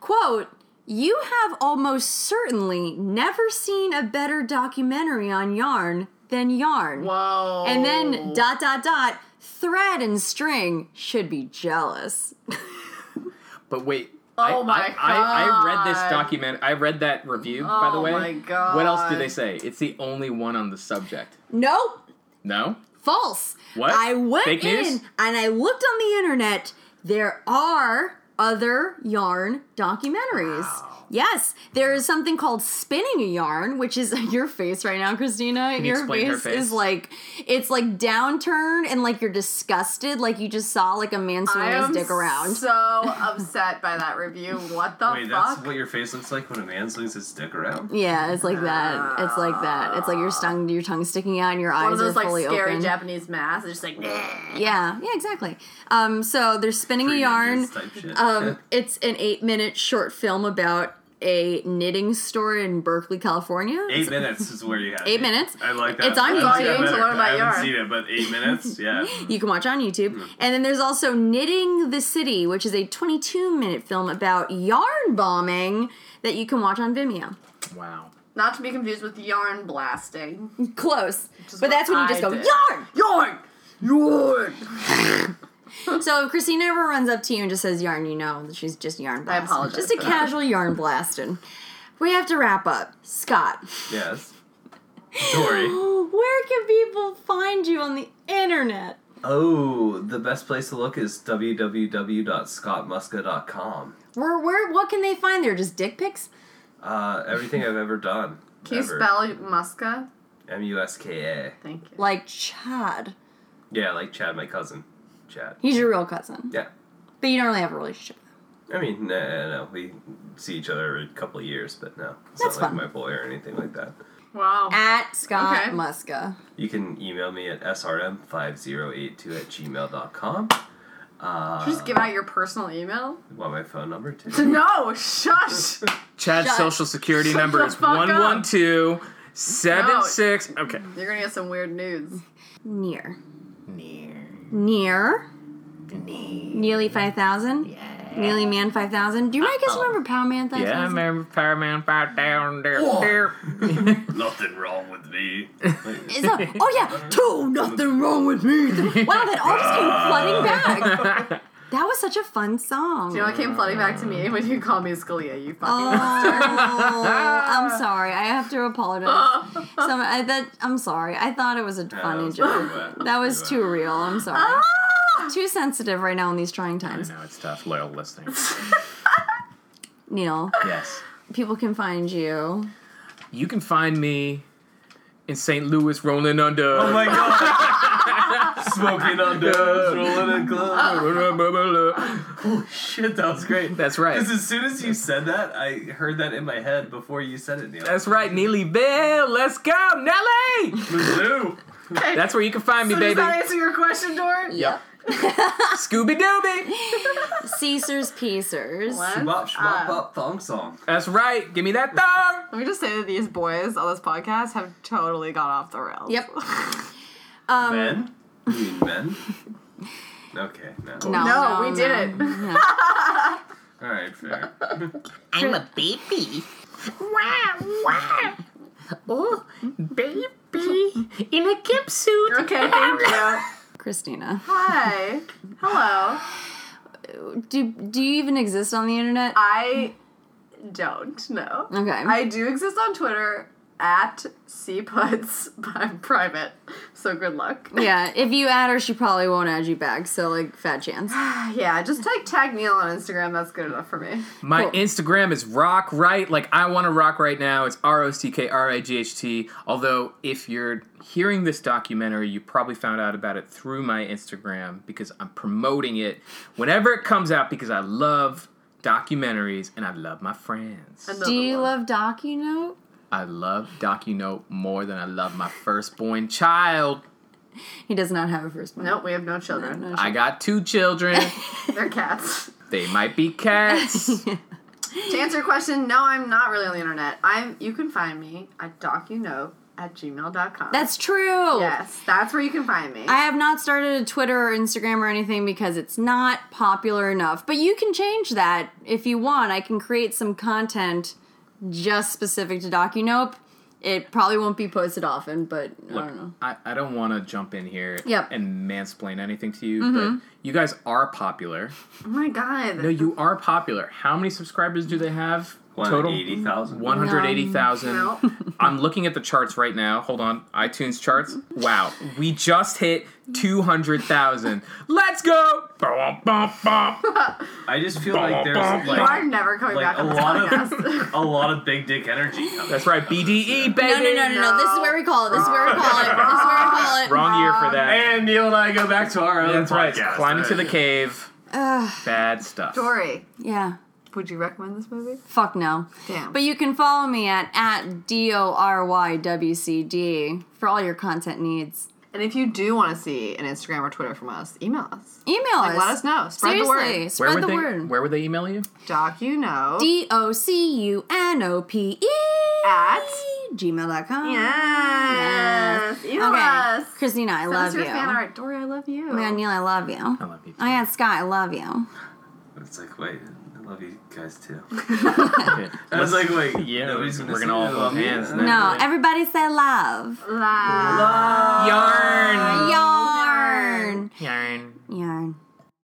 Speaker 2: Quote. You have almost certainly never seen a better documentary on yarn than yarn.
Speaker 3: Whoa.
Speaker 2: And then dot dot dot. Thread and string should be jealous.
Speaker 4: But wait.
Speaker 3: Oh
Speaker 4: I,
Speaker 3: my
Speaker 4: I, I, I read this
Speaker 3: God.
Speaker 4: document. I read that review, by the
Speaker 3: Oh
Speaker 4: way.
Speaker 3: my God.
Speaker 4: What else do they say? It's the only one on the subject.
Speaker 2: Nope.
Speaker 4: No?
Speaker 2: False.
Speaker 4: What?
Speaker 2: I went
Speaker 4: Fake
Speaker 2: in
Speaker 4: news?
Speaker 2: and I looked on the internet. There are other yarn documentaries. Yes, there is something called spinning a yarn, which is your face right now, Christina.
Speaker 4: you
Speaker 2: your
Speaker 4: explain her face?
Speaker 2: is like it's like downturned and like you're disgusted, like you just saw like a man
Speaker 3: I
Speaker 2: swinging his
Speaker 3: am
Speaker 2: dick around.
Speaker 3: so upset by that review. What the
Speaker 5: Wait,
Speaker 3: fuck?
Speaker 5: that's what your face looks like when a man swings his dick around.
Speaker 2: yeah, it's like that. It's like that. It's like your tongue, your tongue sticking out, and your eyes
Speaker 3: One of those
Speaker 2: are
Speaker 3: like
Speaker 2: fully
Speaker 3: scary
Speaker 2: open.
Speaker 3: Japanese masks. It's just like. "Bleh."
Speaker 2: yeah, yeah, exactly. Um, so they're spinning a
Speaker 5: Three
Speaker 2: yarn.
Speaker 5: ninjas Type shit.
Speaker 2: Um, it's an eight minute short film about a knitting store in Berkeley, California.
Speaker 5: Eight minutes is where you have
Speaker 2: Eight
Speaker 5: it.
Speaker 2: minutes.
Speaker 5: I like that.
Speaker 2: It's on
Speaker 5: I
Speaker 2: YouTube.
Speaker 5: haven't seen it,
Speaker 3: To
Speaker 5: but
Speaker 3: learn about
Speaker 5: I haven't
Speaker 3: yarn.
Speaker 5: seen it, but eight minutes, yeah.
Speaker 2: you can watch on YouTube. And then there's also Knitting the City, which is a 22 minute film about yarn bombing that you can watch on Vimeo.
Speaker 4: Wow.
Speaker 3: Not to be confused with yarn blasting.
Speaker 2: Close. But
Speaker 3: what
Speaker 2: that's when you just
Speaker 3: I
Speaker 2: go,
Speaker 3: did.
Speaker 2: yarn!
Speaker 3: Yarn! Yarn!
Speaker 2: So if Christina ever runs up to you and just says yarn, you know that she's just yarn blasting.
Speaker 3: apologize
Speaker 2: Just a
Speaker 3: for that.
Speaker 2: casual yarn blasting. We have to wrap up. Scott,
Speaker 5: Yes. Story.
Speaker 2: where can people find you on the internet?
Speaker 5: Oh, the best place to look is www.scottmuska.com.
Speaker 2: Where, where, what can they find there? Just dick pics?
Speaker 5: Uh, everything I've ever done.
Speaker 3: Can you
Speaker 5: Ever.
Speaker 3: spell Muska?
Speaker 5: M U S K A.
Speaker 3: Thank you.
Speaker 2: Like Chad.
Speaker 5: Yeah, like Chad, my cousin. Chad.
Speaker 2: He's your real cousin.
Speaker 5: Yeah.
Speaker 2: But you don't really have a relationship.
Speaker 5: I mean, no, no, no. We see each other every couple of years, but no. It's
Speaker 2: That's
Speaker 5: not like
Speaker 2: fun.
Speaker 5: my boy or anything like that.
Speaker 3: Wow.
Speaker 2: At Scott
Speaker 3: Okay.
Speaker 2: Muska.
Speaker 5: You can email me at srm5082 at gmail.com. Uh,
Speaker 3: Just give out your personal email.
Speaker 5: want my phone number too?
Speaker 3: No, shush.
Speaker 4: Chad's
Speaker 2: Shut-
Speaker 4: social security
Speaker 3: shut
Speaker 4: number
Speaker 3: the
Speaker 4: is
Speaker 3: fuck up.
Speaker 4: 112 76. Okay.
Speaker 3: You're gonna get some weird nudes.
Speaker 2: Near. Near. Nearly 5,000? Yeah. Nearly Man 5,000? Do you guys remember Pow Man 5000?
Speaker 4: Yeah, I remember Power Man Fight Down there. there.
Speaker 5: Nothing wrong with me.
Speaker 2: It's not- oh yeah, two, nothing wrong with me. Wow, that all just came flooding back. That was such a fun song.
Speaker 3: You know, it came flooding back to me when you called me Scalia, you
Speaker 2: Oh,
Speaker 3: fucking.
Speaker 2: I'm sorry. I have to apologize. Some, I, that, I'm sorry. I thought it was a
Speaker 5: Um,
Speaker 2: funny joke. That was too real. I'm sorry.
Speaker 3: Oh.
Speaker 2: Too sensitive right now in these trying
Speaker 4: I
Speaker 2: times.
Speaker 4: know it's tough. Loyal listening.
Speaker 2: Neil,
Speaker 4: Yes.
Speaker 2: people can find you.
Speaker 4: You can find me in St. Louis rolling under.
Speaker 5: Oh my god! Smoking on dubs, rolling in gloves.
Speaker 3: Oh.
Speaker 5: Shit, that was great.
Speaker 4: That's right.
Speaker 5: Because as soon as you said that, I heard that in my head before you said it, Neil.
Speaker 4: That's right, Neely Bell. Let's go, Nelly.
Speaker 5: Mizzou.
Speaker 4: That's where you can find me,
Speaker 3: So does
Speaker 4: baby.
Speaker 3: that answer your question, Dor?
Speaker 4: Yep. Scooby Dooby.
Speaker 2: Caesar's Pacers.
Speaker 3: What?
Speaker 5: Bop, shmop,
Speaker 3: Uh,
Speaker 5: bop, thong song.
Speaker 4: That's right. Give me that thong.
Speaker 3: Let me just say that these boys on this podcast have totally gone off the rails.
Speaker 2: Yep.
Speaker 5: men? You mean men? Okay, no.
Speaker 2: No,
Speaker 3: No,
Speaker 2: no,
Speaker 3: we
Speaker 2: no.
Speaker 3: didn't.
Speaker 5: Alright, fair.
Speaker 7: I'm a baby. Wow, wow. Oh, baby in a gimp suit.
Speaker 3: Okay, thank you.
Speaker 2: Christina,
Speaker 3: Hi. Hello.
Speaker 2: do do you even exist on the internet?
Speaker 3: I don't know.
Speaker 2: Okay.
Speaker 3: I do exist on Twitter at cputs, but I'm private, so good luck.
Speaker 2: yeah, if you add her, she probably won't add you back. So like, fat chance.
Speaker 3: Yeah, just tag tag Neil on Instagram. That's good enough for me.
Speaker 4: My
Speaker 2: Cool.
Speaker 4: Instagram is rock right. Like I want to rock right now. It's R O C K R I G H T. Although if you're hearing this documentary, you probably found out about it through my Instagram because I'm promoting it whenever it comes out because I love documentaries and I love my friends.
Speaker 3: Another
Speaker 2: Do you
Speaker 3: one.
Speaker 2: love docu note?
Speaker 4: I love DocuNote more than I love my firstborn child.
Speaker 2: He does not have a first one.
Speaker 3: Nope, we have no children.
Speaker 4: I got two children.
Speaker 3: They're cats.
Speaker 4: they might be cats.
Speaker 3: to answer your question, no, I'm not really on the internet. I'm. You can find me at docunote at gmail.com.
Speaker 2: That's true.
Speaker 3: yes, that's where you can find me.
Speaker 2: I have not started a Twitter or Instagram or anything because it's not popular enough. But you can change that if you want. I can create some content just specific to DocuNope. It probably won't be posted often, but I don't know.
Speaker 4: I, I don't want to jump in here
Speaker 2: Yep. Mm-hmm.
Speaker 4: and mansplain anything to you, but you guys are popular.
Speaker 3: oh my god.
Speaker 4: No, you are popular. How many subscribers do they have? Total?
Speaker 5: 180,000.
Speaker 4: 180,000.
Speaker 3: No.
Speaker 4: I'm looking at the charts right now. Hold on. iTunes charts. Wow. We just hit 200,000. Let's go. Bum, bum, bum.
Speaker 5: I just feel like there's
Speaker 3: you are
Speaker 5: like,
Speaker 3: never coming back
Speaker 5: like a
Speaker 3: on this
Speaker 5: lot
Speaker 3: podcast.
Speaker 5: of a lot of big dick energy coming.
Speaker 4: That's right. BDE, baby.
Speaker 2: No, no, no, no, no. This is where we call it. This is where we call it. This is where we call it.
Speaker 4: Wrong year for that.
Speaker 5: And Neil and I go back to our own
Speaker 4: That's right.
Speaker 5: podcast.
Speaker 4: Climbing to the cave. Bad stuff.
Speaker 3: Dory,
Speaker 2: Yeah.
Speaker 3: would you recommend this movie?
Speaker 2: Fuck no.
Speaker 3: Damn.
Speaker 2: But you can E follow me at, at D O R Y W C D for all your content needs.
Speaker 3: And if you do want to see an Instagram or Twitter from us, email us.
Speaker 2: Email
Speaker 3: Like,
Speaker 2: us.
Speaker 3: let us know. Spread the
Speaker 2: Seriously,
Speaker 3: word.
Speaker 4: Where
Speaker 2: spread
Speaker 4: would
Speaker 2: the
Speaker 4: they?
Speaker 2: word.
Speaker 4: Where would they email you?
Speaker 3: Doc, you know.
Speaker 2: D O C U N O P E
Speaker 3: At?
Speaker 2: gmail.com.
Speaker 3: yes. Email
Speaker 2: Okay.
Speaker 3: us.
Speaker 2: Christina, I
Speaker 3: Send us
Speaker 2: love
Speaker 3: your
Speaker 2: you.
Speaker 3: fan art. Dory, I love you.
Speaker 2: Man, Neil, I love you.
Speaker 4: I love you.
Speaker 2: I had Scott, I love you.
Speaker 5: It's like, wait, I love you guys too.
Speaker 4: Okay.
Speaker 5: I was like, wait,
Speaker 4: Yeah,
Speaker 5: nobody's gonna
Speaker 4: we're
Speaker 5: say
Speaker 4: gonna all
Speaker 5: they
Speaker 4: hold
Speaker 5: love me.
Speaker 4: hands now.
Speaker 2: No, everybody say love.
Speaker 3: Love.
Speaker 4: Yarn.
Speaker 2: Yarn.
Speaker 4: Yarn.
Speaker 2: Yarn.